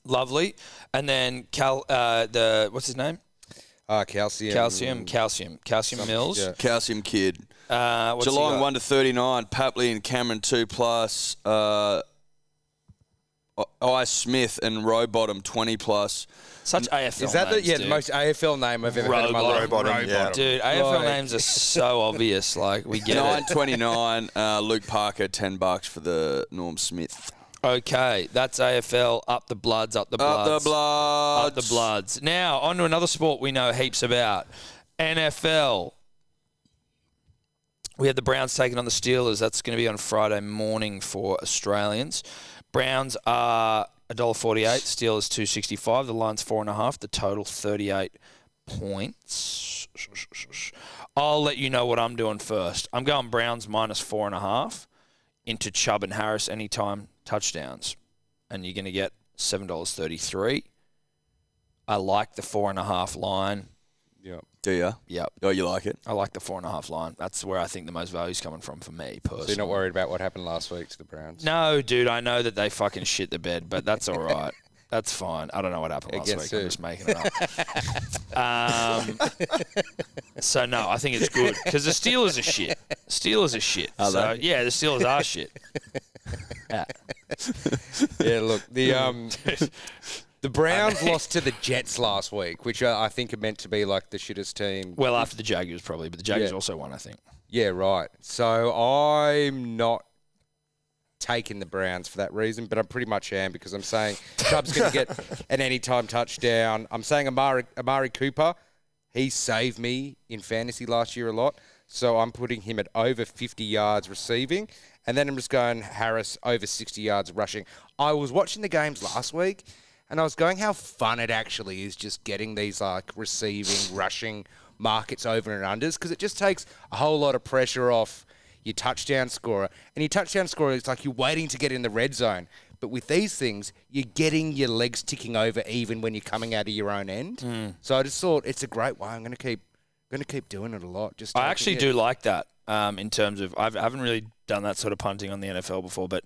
Lovely. And then Cal, uh, the what's his name? Uh, calcium. Calcium, calcium, calcium Mills. yeah. Calcium Kid. Uh, what's he Geelong got? one to thirty nine. Papley and Cameron two plus. Uh, I- I Smith and Rowbottom twenty plus. Such AFL. Is that the names, yeah dude. the most AFL name I've ever heard in my life? Robottom, yeah. Dude, AFL Like- names are so obvious. Like we [LAUGHS] get Nine [LAUGHS] it. twenty nine. Uh, Luke Parker ten bucks for the Norm Smith. Okay, that's AFL. Up the bloods, up the Up bloods, the blood. up the bloods. Now on to another sport we know heaps about, NFL. We had the Browns taking on the Steelers. That's going to be on Friday morning for Australians. Browns are $1.48, Steelers 265, the line's 4.5, the total 38 points. I'll let you know what I'm doing first. I'm going Browns minus 4.5 into Chubb and Harris anytime touchdowns. And you're going to get $7.33. I like the 4.5 line. Do you? Yep. Oh, you like it? I like the four and a half line. That's where I think the most value's coming from for me personally. So you're not worried about what happened last week to the Browns? No, dude, I know that they fucking shit the bed, but that's all [LAUGHS] right. That's fine. I don't know what happened last week. Against who? I'm just making it [LAUGHS] up. um, so no, I think it's good because the Steelers are shit. Steelers are shit. so yeah, the Steelers are shit. Yeah. yeah, look, [LAUGHS] the um, the Browns lost to the Jets last week, which I I think are meant to be like the shittest team. Well, after the Jaguars probably, but the Jaguars Yeah. also won, I think. Yeah, right. So I'm not taking the Browns for that reason, but I pretty much am because I'm saying Chubb's going to get an anytime touchdown. I'm saying Amari, Amari Cooper, he saved me in fantasy last year a lot. So I'm putting him at over 50 yards receiving. And then I'm just going Harris over 60 yards rushing. I was watching the games last week and I was going how fun it actually is just getting these like receiving, rushing markets over and unders because it just takes a whole lot of pressure off your touchdown scorer. And your touchdown scorer, it's like you're waiting to get in the red zone. But with these things, you're getting your legs ticking over even when you're coming out of your own end. Hmm. So I just thought it's a great way. I'm going to keep going to keep doing it a lot. Just I taking actually it. do like that um, in terms of I've, I haven't really done that sort of punting on the NFL before, but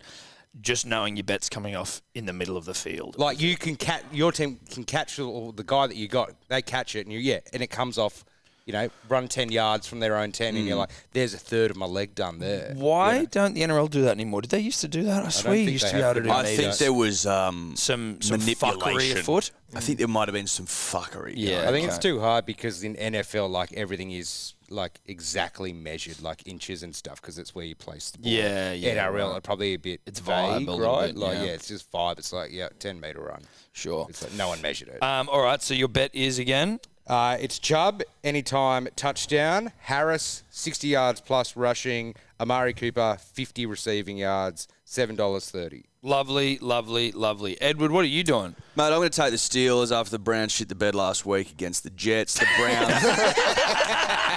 just knowing your bets coming off in the middle of the field. Like you can catch your team can catch all the guy that you got. They catch it and you yeah, and it comes off. You know, run ten yards from their own ten, and Hmm. you're like, "There's a third of my leg done there." Why don't the NRL do that anymore? Did they used to do that? I swear you think used they to be able have to do to. I neither. think there was um, some some fuckery manipulation. afoot. I think there might have been some fuckery. Yeah. I think it's Okay. too hard because in NFL, like everything is like exactly measured, like inches and stuff, because it's where you place the ball. Yeah, yeah, NRL right. are probably a bit It's it's vibe vague, a little right? bit, like yeah. yeah. it's just vibe. It's like yeah, ten meter run. Sure. It's like no one measured it. Um, all right, so your bet is again. Uh, it's Chubb anytime touchdown. Harris sixty yards plus rushing. Amari Cooper fifty receiving yards. Seven dollars thirty. Lovely, lovely, lovely. Edward, what are you doing? Mate, I'm going to take the Steelers after the Browns shit the bed last week against the Jets. The Browns.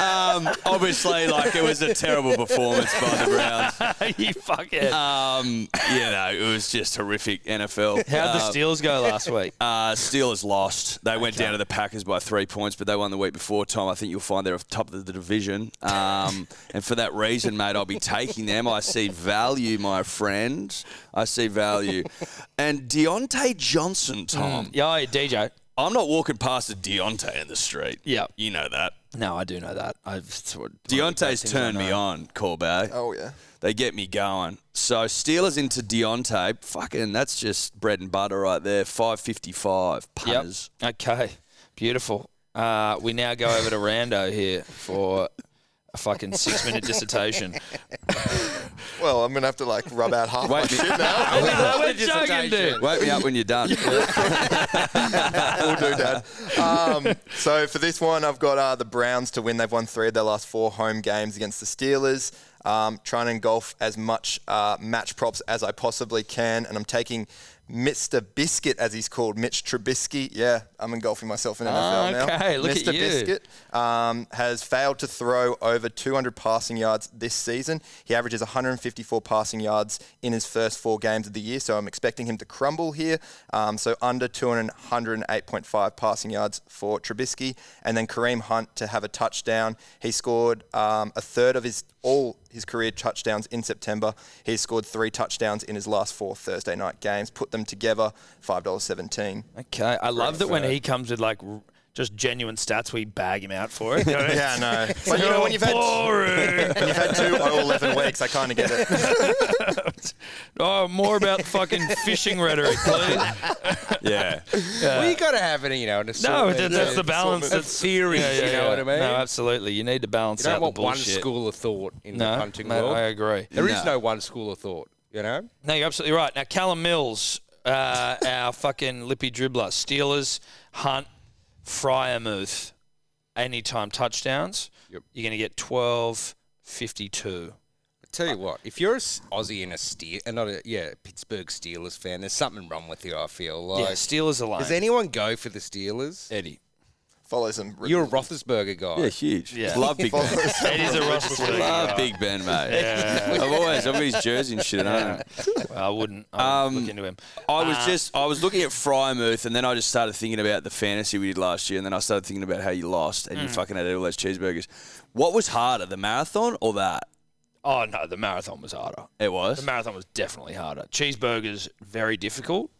um, obviously, like it was a terrible performance by the Browns. you [LAUGHS] fuckhead. Um, you know, it was just horrific NFL. How'd the Uh, Steelers go last week? Uh, Steelers lost. They went down to the Packers by three points, but they won the week before. Tom, I think you'll find they're off top of the division. [LAUGHS] Um, and for that reason, mate, I'll be taking them. I see value, my friend. I see value. And Deontay Mm. Johnson, Tom. Yeah, yeah, DJ. I'm not walking past a Deontay in the street. Yeah. You know that. No, I do know that. I've it's one of the great Deontay's things I turned me know. on, Corbett. Oh, yeah. They get me going. So Steelers into Deontay. Fucking, that's just bread and butter right there. 555 Yep. punters. Okay. Beautiful. Uh, we now go over to Rando here for a fucking six minute dissertation. Well, I'm going to have to like rub out half [LAUGHS] my Wait, [LAUGHS] shit now. We're joking, dude. Wake me up when you're [LAUGHS] done. We'll do, Dad. Um, so for this one, I've got uh, the Browns to win. They've won three of their last four home games against the Steelers. Um, trying to engulf as much uh, match props as I possibly can, and I'm taking Mr. Biscuit, as he's called, Mitch Trubisky. Yeah, I'm engulfing myself in NFL now. Okay, look at Mr. you. Biscuit um, has failed to throw over 200 passing yards this season. He averages 154 passing yards in his first four games of the year, so I'm expecting him to crumble here. Um, so under 208.5 passing yards for Trubisky, and then Kareem Hunt to have a touchdown. He scored um, a third of his all his career touchdowns in September. He scored three touchdowns in his last four Thursday night games. Put them together, five dollars seventeen. Okay, I love that when he comes with like r- just genuine stats, we bag him out for it. Yeah, I know. But you know when you've had boring. when you've had two oh, 11 weeks, I kind of get it. oh, more about fucking fishing rhetoric, [LAUGHS] please. Yeah. Well, you got to have it, you know. An Uh, No, assortment that, that's of- the balance. of That's theories. yeah, yeah, you know yeah. what I mean? No, absolutely. You need to balance you don't out want the one bullshit. school of thought in no, the punting mate, world. I agree. There is No. no one school of thought. You know, No, you're absolutely right. Now, Callum Mills, uh, our fucking lippy dribbler, Steelers, Hunt, Fryermuth, anytime touchdowns. Yep. You're going to get 12, 52. I tell you what, if you're an Aussie and a Steel, and not a yeah Pittsburgh Steelers fan, there's something wrong with you. I feel like. Yeah, Steelers alone. Does anyone go for the Steelers? Eddie. Follows him. You're a Roethlisberger guy. Yeah, huge. Yeah. Love Big Ben. [LAUGHS] Follows him. Eddie's a Roethlisberger. Love Big Ben, mate. I've always, I've his jersey and shit. I don't know. Well, I wouldn't. I wouldn't Um, look into him. I Uh, was just I was looking at Frymouth and then I just started thinking about the fantasy we did last year and then I started thinking about how you lost and you Mm. fucking had all those cheeseburgers. What was harder, the marathon or that? Oh no, the marathon was harder. It The was. marathon was definitely harder. Cheeseburgers very difficult,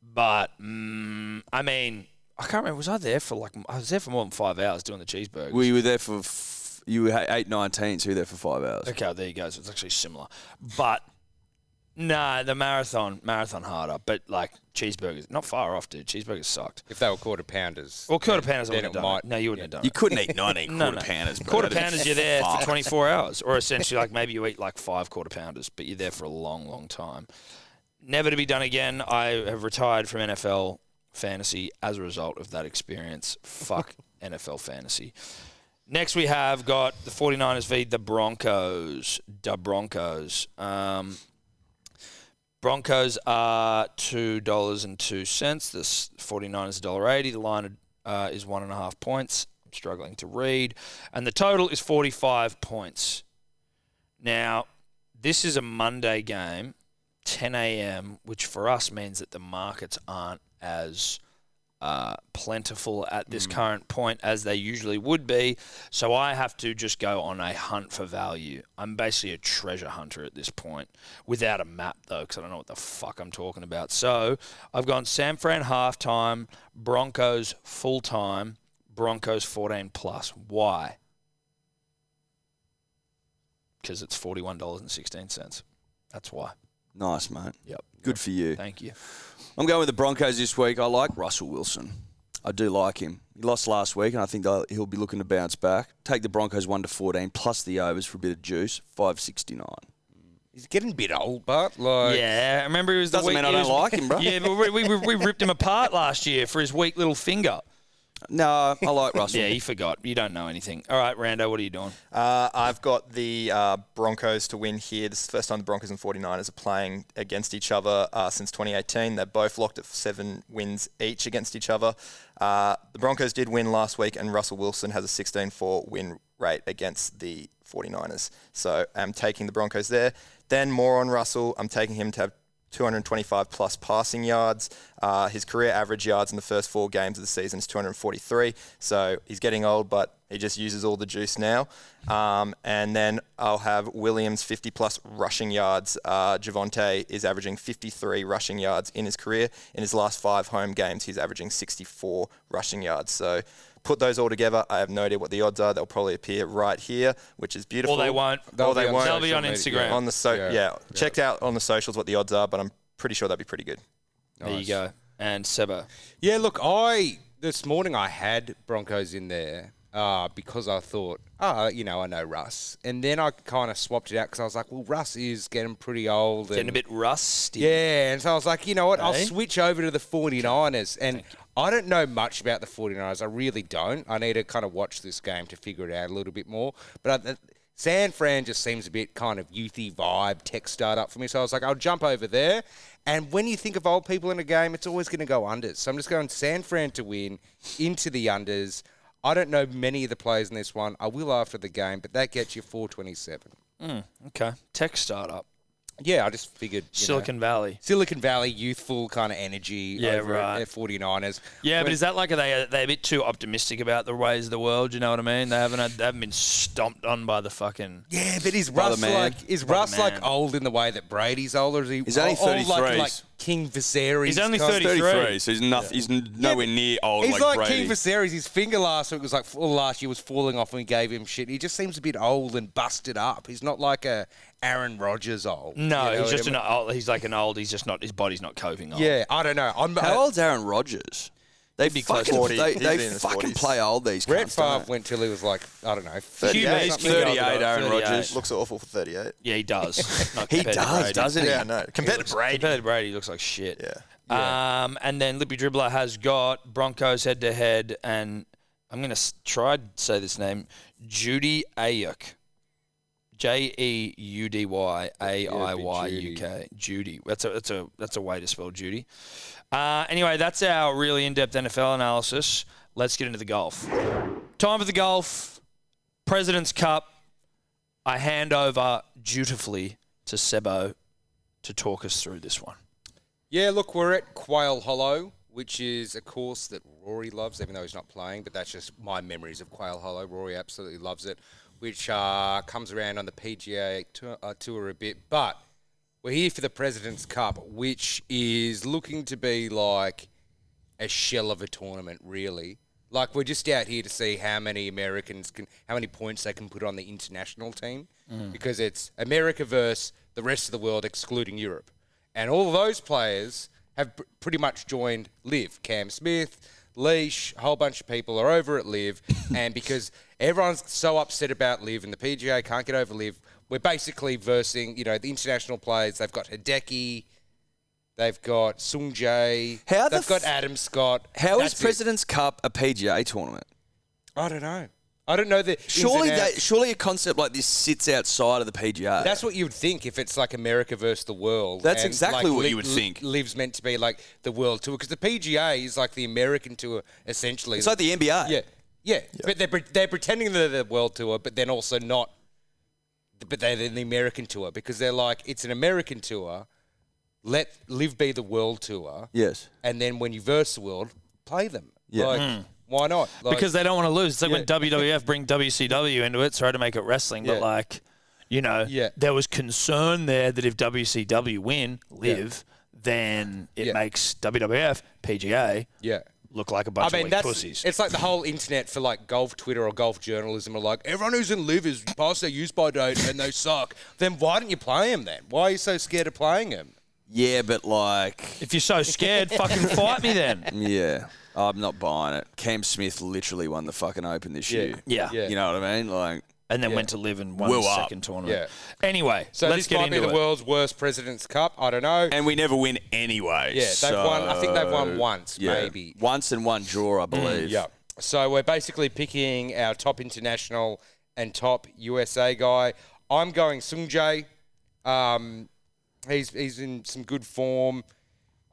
but mm, I mean, I can't remember. Was I there for like? I was there for more than five hours doing the cheeseburgers. We were there for f- you were eight nineteen, so you were there for five hours. okay, oh, there you go. So it's actually similar, but nah, the marathon marathon harder. But like cheeseburgers, not far off, dude. Cheeseburgers sucked. If they were quarter pounders, Well, quarter pounders, I wouldn't Then it have done. it. might- No, you wouldn't have done. You it. [LAUGHS] couldn't eat nineteen No, quarter no. pounders. Bro. Quarter That'd be pounders, you're there for fucked. 24 hours, or essentially like maybe you eat like five quarter pounders, but you're there for a long, long time. Never to be done again. I have retired from NFL fantasy as a result of that experience. [LAUGHS] Fuck NFL fantasy. Next, we have got the 49ers v. the Broncos. The Broncos. Um, Broncos are two dollars and two cents. The s- 49ers $1.80. The line uh, is one and a half points. I'm struggling to read, and the total is forty five points. Now, this is a Monday game, ten a.m., which for us means that the markets aren't as uh, plentiful at this current point as they usually would be. So I have to just go on a hunt for value. I'm basically a treasure hunter at this point without a map, though, because I don't know what the fuck I'm talking about. So I've gone San Fran halftime, Broncos full time, Broncos 14 plus. Why? Because it's $41.16. That's why. Nice, mate. Yep. Good for you. Thank you. I'm going with the Broncos this week. I like Russell Wilson. I do like him. He lost last week, and I think they'll- he'll be looking to bounce back. Take the Broncos one to fourteen plus the overs for a bit of juice. Five sixty nine. he's getting a bit old, but like Yeah, I remember he was the Doesn't weak- mean I he don't was- like him, bro. Yeah, but we, we, we ripped him apart last year for his weak little finger. No, I like Russell. Yeah, you forgot. You don't know anything. All right, Rando, what are you doing? Uh, I've got the uh, Broncos to win here. This is the first time the Broncos and 49ers are playing against each other uh, since 2018. They're both locked at seven wins each against each other. Uh, the Broncos did win last week, and Russell Wilson has a 16 4 win rate against the 49ers. So I'm taking the Broncos there. Then more on Russell. I'm taking him to have 225 plus passing yards. Uh, his career average yards in the first four games of the season is 243. So he's getting old, but he just uses all the juice now. Um, and then I'll have Williams 50 plus rushing yards. Uh, Javante is averaging 53 rushing yards in his career. In his last five home games, he's averaging 64 rushing yards. So put those all together. I have no idea what the odds are. They'll probably appear right here, which is beautiful. Or they won't. Or they be on won't. They'll be social on media. Instagram. On the so yeah. Yeah. Checked out on the socials what the odds are, but I'm pretty sure that'd be pretty good. There you go. And Seba. Yeah, look, I this morning I had Broncos in there uh, because I thought, ah, you know, I know Russ, and then I kind of swapped it out because I was like, well, Russ is getting pretty old, Getting and a bit rusty. yeah, and so I was like, you know what, I'll Okay. switch over to the 49ers, and I don't know much about the 49ers, I really don't. I need to kind of watch this game to figure it out a little bit more, but I, San Fran just seems a bit kind of youthy vibe, tech startup for me. So I was like, I'll jump over there. And when you think of old people in a game, it's always going to go unders. So I'm just going San Fran to win into the unders. I don't know many of the players in this one. I will after the game, but that gets you 427. Okay. Tech startup. Yeah, I just figured. you know, Silicon Valley. Silicon Valley, youthful kind of energy Yeah, over at- right. at 49ers. Yeah, but When- is that like are they are they a bit too optimistic about the ways of the world? You know what I mean? They haven't had, they haven't been stomped on by the fucking. Yeah, but is Brother Russ man. like is Brother Russ man. like old in the way that Brady's old, or is he? He's only old like- 33s. Like, King Viserys. He's only kind of- 33. 33, so he's, noth- he's n- nowhere near old He's like, like, King Brady. Viserys. His finger last week was like or last year was falling off, and we gave him shit. He just seems a bit old and busted up. He's not like a Aaron Rodgers old. No, you know he's what just I an mean? old. He's like an old. He's just not. His body's not coping. Old. Yeah, I don't know. I'm, How old's Aaron Rodgers? They be close fucking, to 40. They, He's they in his fucking 40s. play old these Brett cunts, don't Favre they? went till he was like I don't know. 38. or He's something. 38, Aaron 38. Rodgers. Looks awful for 38. Yeah, he [LAUGHS] does. Not He compared to does, Brady. doesn't he? Yeah, no. Compared to Brady. Compared to Brady, he looks like shit. Yeah. Um, and then Lippy Dribbler has got Broncos head to head, and I'm going to try to say this name Judy Ayuk. J E U D Y A I Y E U K. Judy. That's a that's a that's a way to spell Judy. Uh, anyway, that's our really in-depth NFL analysis. Let's get into the golf. Time for the golf. President's Cup. I hand over dutifully to Sebo to talk us through this one. Yeah, look, we're at Quail Hollow, which is a course that Rory loves, even though he's not playing. But that's just my memories of Quail Hollow. Rory absolutely loves it, which uh, comes around on the PGA tour, uh, tour a bit. But we're here for the President's Cup, which is looking to be like a shell of a tournament, really. Like we're just out here to see how many Americans can, how many points they can put on the international team, because it's America versus the rest of the world, excluding Europe, and all of those players have pr- pretty much joined Live. Cam Smith, Leash, a whole bunch of people are over at Live, and because everyone's so upset about Live and the PGA can't get over Live, we're basically versing, you know, the international players. They've got Hideki, they've got Sung Jae, How the they've got f- Adam Scott. How is That's it. President's Cup a PGA tournament? I don't know. I don't know that. Surely that, surely a concept like this sits outside of the PGA. That's what you'd think if it's like America versus the world. That's exactly what you would Liv- think. Live's meant to be like the world tour because the PGA is like the American tour essentially. it's like the NBA. yeah, yeah, But they're pre- they're pretending they're the world tour, but then also not. But they're the American tour because they're like it's an American tour. Let Live be the world tour, Yes. and then when you verse the world, play them. Yeah. Like, why not? Like, because they don't want to lose. It's like when Yeah. WWF bring WCW into it, sorry to make it wrestling, Yeah. but like, you know, Yeah. there was concern there that if WCW win, live, then it Yeah. makes WWF, PGA yeah. look like a bunch of weak pussies. It's like the whole internet for like golf Twitter or golf journalism are like, everyone who's in live is past their use by date and they suck. Then why don't you play them then? Why are you so scared of playing them? Yeah, but like, if you're so [LAUGHS] scared, fucking fight me then. yeah, I'm not buying it. Cam Smith literally won the fucking Open this Yeah. year. Yeah. Yeah. You know what I mean? Like, And then went to live and won Will the up. second tournament. Yeah. Anyway, So let's this get might into be the it. world's worst President's Cup. I don't know. and we never win anyway. yeah, they've won. I think they've won once, Yeah. maybe. Mm, Once and one draw, I believe. Yeah. So we're basically picking our top international and top USA guy. I'm going Sung Jae. Um, he's he's in some good form.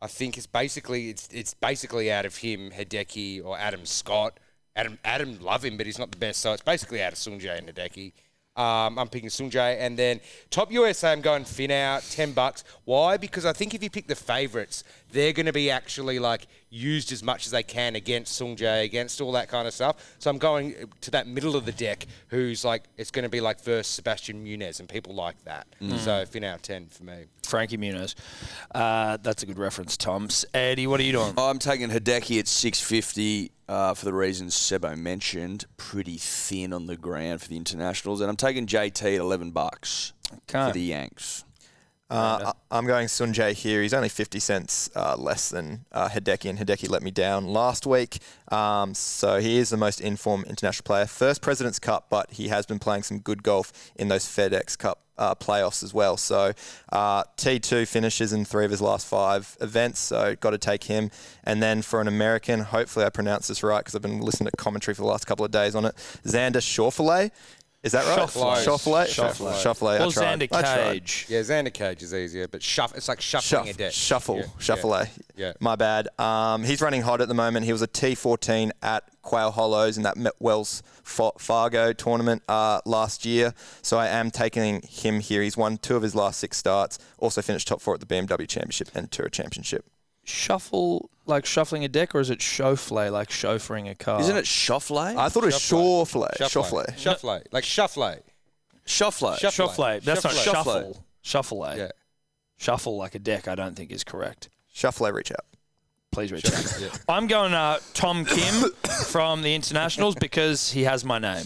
I think it's basically it's it's basically out of him, Hideki or Adam Scott. Adam Adam love him, but he's not the best. So it's basically out of Sung Jae and Hideki. Um, I'm picking Sung Jae, and then top USA. I'm going Finn out ten bucks. Why? Because I think if you pick the favourites, they're going to be actually like used as much as they can against Sung Jae, against all that kind of stuff. So I'm going uh, to that middle of the deck, who's like it's going to be like versus Sebastian Munez and people like that. So Finn out ten for me. Frankie Muniz. Uh, that's a good reference, Tom. Eddie, what are you doing? I'm taking Hideki at 650 uh, for the reasons Sebo mentioned. Pretty thin on the ground for the internationals, and I'm taking JT at 11 bucks Okay. for the Yanks. Uh, I- I'm going Sunjay here. He's only 50 cents uh, less than uh, Hideki, and Hideki let me down last week. Um, so he is the most informed international player. First President's Cup, but he has been playing some good golf in those FedEx Cup uh, playoffs as well. So uh, T2 finishes in three of his last five events, so got to take him. And then for an American, hopefully I pronounced this right because I've been listening to commentary for the last couple of days on it, Xander Schauffele. Is that right? Shoffley. Shoffley. Shoffley. Shoffley. Or I tried. Xander I tried. Cage. Yeah, Xander Cage is easier, but shuff, it's like shuffling Shuff, a deck. shuffle, Yeah, shuffle eh? yeah. A. Yeah. My bad. Um, he's running hot at the moment. He was a T14 at Quail Hollows in that Met- Wells Fa- Fargo tournament uh, last year. So I am taking him here. He's won two of his last six starts. Also finished top four at the BMW Championship and Tour Championship. Shuffle like shuffling a deck, or is it chauffle like chauffeuring a car? Isn't it Shoffley? I thought it was Shawflay. Shuffle. eh? Shawflay. Shuffle. Like shuffle. Shoffley. Shoff- Shuffle. That's not Shuffle. shuffle. Shuffle. eh? Yeah. Shuffle like a deck, I don't think is correct. Shawflay reach out. Please reach out. I'm going uh, Tom Kim [COUGHS] from the internationals because he has my name.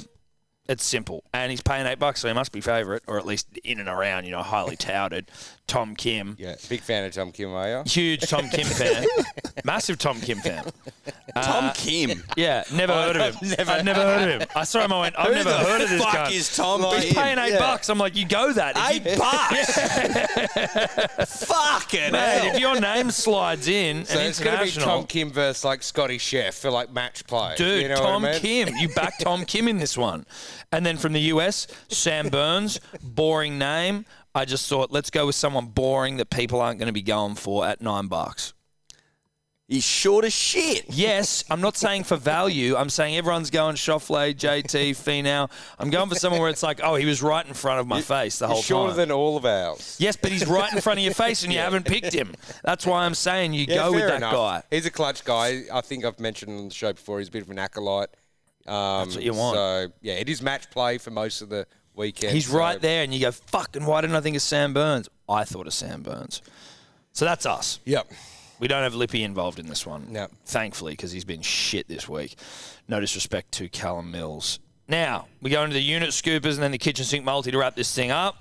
It's simple, and he's paying eight bucks, so he must be favourite, or at least in and around. You know, highly touted. Tom Kim. Yeah. Big fan of Tom Kim, are you? Huge Tom [LAUGHS] Kim fan, massive Tom Kim fan. Uh, Tom Kim. Oh, Yeah, never heard of him. Never. I've never heard of him. I saw him. I went, I've never heard of this fuck guy. is Tom He's Kim? paying eight bucks. I'm like, you go that. If you- Eight [LAUGHS] bucks. Fucking Mate, hell. if your name slides in So an it's going to be Tom international, Kim versus like Scotty Chef for like match play. dude, you know Tom what I mean? Kim, you back [LAUGHS] Tom Kim in this one, and then from the US, Sam Burns, boring name. I just thought, let's go with someone boring that people aren't going to be going for at nine bucks. He's short as shit. Yes, I'm not saying for value. I'm saying everyone's going Shoffley, JT, Finau. I'm going for someone where it's like, oh, he was right in front of my face the whole He's shorter time. than all of ours. yes, but he's right in front of your face, [LAUGHS] and you haven't picked him. That's why I'm saying you go with fair that enough. guy. He's a clutch guy. I think I've mentioned on the show before. He's a bit of an acolyte. Um, That's what you want. So yeah, it is match play for most of the weekend. He's so- right there, and you go, fucking, why didn't I think of Sam Burns? I thought of Sam Burns. So that's us. Yep. We don't have Lippy involved in this one. No. Thankfully, because he's been shit this week. No disrespect to Callum Mills. Now, we go into the unit scoopers and then the kitchen sink multi to wrap this thing up.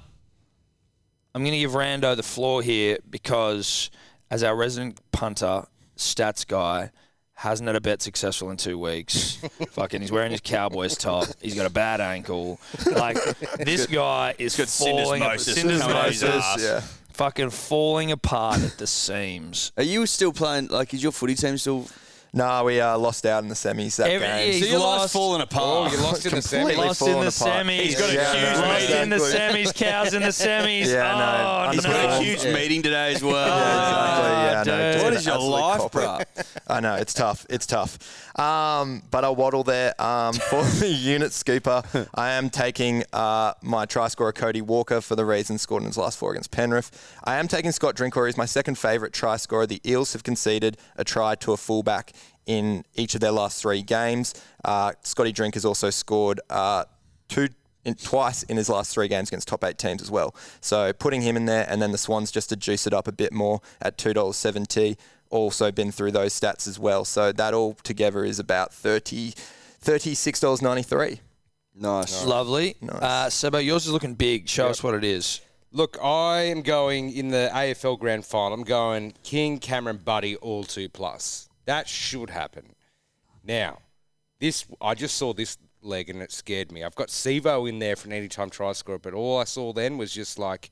I'm going to give Rando the floor here because, as our resident punter, stats guy, hasn't had a bet successful in two weeks. Fucking, he's wearing his Cowboys top. He's got a bad ankle. Like, this guy is got falling ap- syndesmosis coming out of his syndesmosis. ass. Yeah. Fucking falling apart at the seams. Are you still playing? Like, is your footy team still? No, we uh, lost out in the semis that Every- game. He's so your lost. life's falling apart. Oh, you lost in the semi. Completely Lost in the falling apart. semis. He's got a Yeah, huge no, mate. Lost in the exactly. semis, cows in the semis. Yeah, oh, no, He's He's got no. a huge meeting today as [LAUGHS] well. Yeah, exactly. Yeah, dude. no, just Oh, What an is your absolute life, cop-out. bruh? I know it's tough. It's tough. Um, but I'll waddle there um, [LAUGHS] for the unit scooper. I am taking uh, my try scorer Cody Walker for the reason scored in his last four against Penrith. I am taking Scott Drinkwater. He's my second favourite try scorer. The Eels have conceded a try to a fullback in each of their last three games. Uh, Scotty Drink has also scored uh, two in, twice in his last three games against top eight teams as well. So putting him in there, and then the Swans just to juice it up a bit more at two dollars seventy. Also been through those stats as well. So that all together is about 30 dollars ninety three. Nice. Lovely. Uh, Sebo, yours is looking big. Show us what it is. Look, I am going in the AFL Grand Final. I'm going King Cameron Buddy all two plus. That should happen. Now, this I just saw this leg and it scared me. I've got Sevo in there for an anytime try scorer, but all I saw then was just like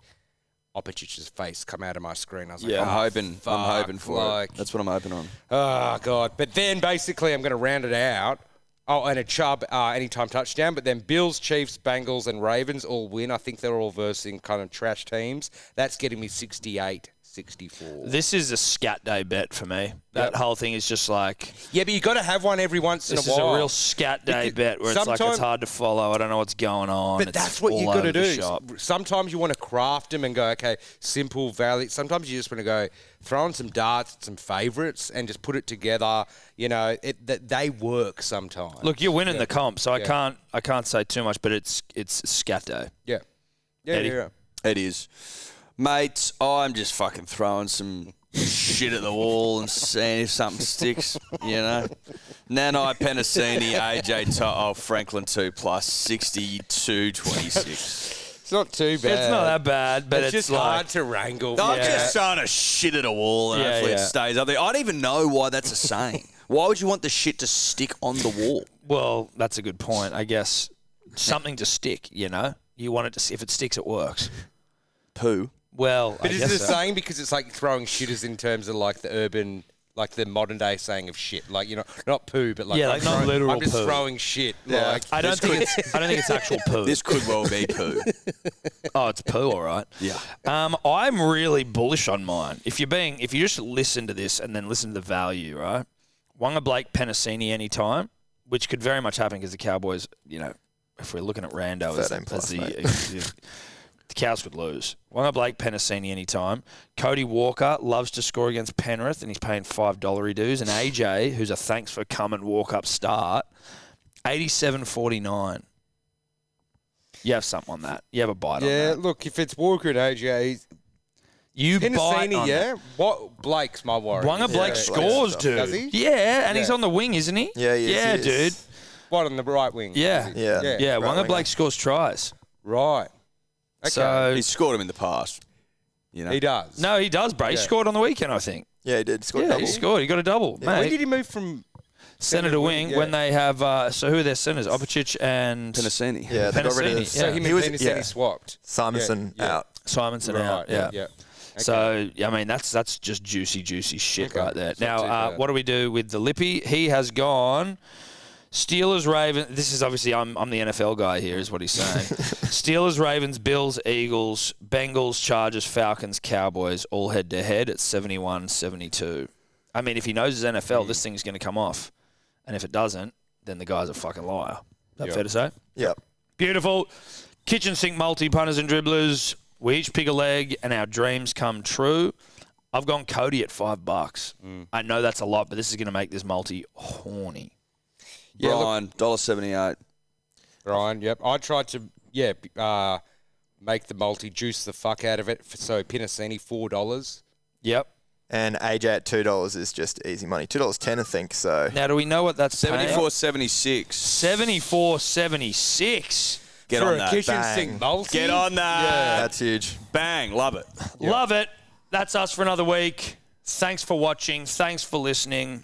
Opetich's face come out of my screen. I was like, I'm "Oh, hoping. I'm hoping for like- it. That's what I'm hoping on. Oh, God. But then basically, I'm going to round it out. Oh, and a Chubb uh, anytime touchdown. But then Bills, Chiefs, Bengals, and Ravens all win. I think they're all versing kind of trash teams. That's getting me 68 64. This is a scat day bet for me. That whole thing is just like Yeah, but you got to have one every once this in a is while. a real scat day Because bet where it's like it's sometime- hard to follow. I don't know what's going on. But It's that's what you all got to over the do. shop. Sometimes you want to craft them and go, okay, simple value. Sometimes you just want to go throw in some darts, some favourites, and just put it together. You know, it, that they work sometimes. Look, you're winning the comp, so I can't I can't say too much, but it's it's scat day. yeah, yeah, Eddie. yeah. yeah. It is. Mate, I'm just fucking throwing some shit at the wall and seeing if something sticks, you know. Nanai Penasini, AJ To'o, oh, Franklin 2 plus 62 26. It's not too bad. It's not that bad, but it's, it's, just like hard to wrangle. I'm Yeah. just throwing a shit at a wall and Yeah, hopefully it yeah. stays up there. I don't even know why that's a saying. Why would you want the shit to stick on the wall? Well, that's a good point. I guess something to stick, you know? You want it to, if it sticks, it works. Poo. Well, But I is guess it a so. saying because it's like throwing shitters in terms of like the urban like the modern day saying of shit. Like you know, not poo, but like Yeah, I'm like not throwing- literal I'm just poo. throwing shit. Yeah. Like I don't think it's, I don't think it's actual poo. This could well be poo. oh, it's poo, all right. Yeah. Um, I'm really bullish on mine. If you're being, if you just listen to this and then listen to the value, right? Wanga Blake Penasini anytime, which could very much happen because the Cowboys, you know, if we're looking at Rando as, 13 plus, as the, mate. as the- the Cows could lose. Wanga Blake Penasini anytime. Cody Walker loves to score against Penrith and he's paying five dollar dues. And AJ, who's a thanks for come and walk up start, eighty seven forty nine. You have something on that. You have a bite on that. yeah, look, if it's Walker and AJ, You bite Hennessy, on that. yeah. What Blake's my worry. Wanga Blake Blake scores, does. dude. Does he? Yeah, and he's Yeah. on the wing, isn't he? Yeah, he is, yeah, he dude. is. What on the right wing? Yeah. is it? Yeah. Yeah, yeah. Right Wanga winger. Blake scores tries. Right. Okay. So He scored him in the past. You know, he does. no, he does, break. He Yeah. scored on the weekend, I think. Yeah, he did. Scored Yeah, a double. he scored. He got a double. When Mate, did he move from? centre to wing yeah. when they have uh, so who are their centres? Opicic and Penasini. yeah, they got rid of Penasini, So Yeah. him He and was- Dennis yeah. swapped. Simonson Yeah, yeah. out. Simonson Right. out. Yeah. yeah. yeah. So I mean that's that's just juicy juicy shit Okay. right there. It's not now too uh, bad. what do we do with the Lippy? He has gone. Steelers Ravens. This is obviously I'm I'm the NFL guy here is what he's [LAUGHS] saying. Steelers Ravens Bills Eagles Bengals Chargers Falcons Cowboys all head to head at 71-72. I mean if he knows his NFL Hmm. this thing's going to come off, and if it doesn't then the guy's a fucking liar. Is that fair to say? Yep. Beautiful. Kitchen sink multi punters and dribblers. We each pick a leg and our dreams come true. I've gone Cody at five bucks. I know that's a lot, but this is going to make this multi horny. Yeah, look- Brian, dollar seventy eight. Ryan. Yep. I tried to yeah b- uh, make the multi juice the fuck out of it. F- So Pinasini four dollars. Yep. And AJ at two dollars is just easy money. Two dollars ten, I think. So Now, do we know what that's paying? 74 76. 74 76. Get For on a that. kitchen Bang. sink multi. Get on that. that's huge. Bang. Love it. Love it. That's us for another week. Thanks for watching. Thanks for listening.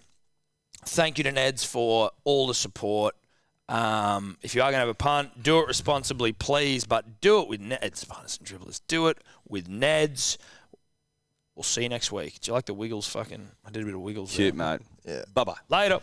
Thank you to Neds for all the support. Um, if you are going to have a punt, do it responsibly, please, but do it with Neds. Punters and dribblers, do it with Neds. We'll see you next week. Do you like the Wiggles fucking? I did a bit of Wiggles. Cute, there. mate. Yeah. Bye bye. Later.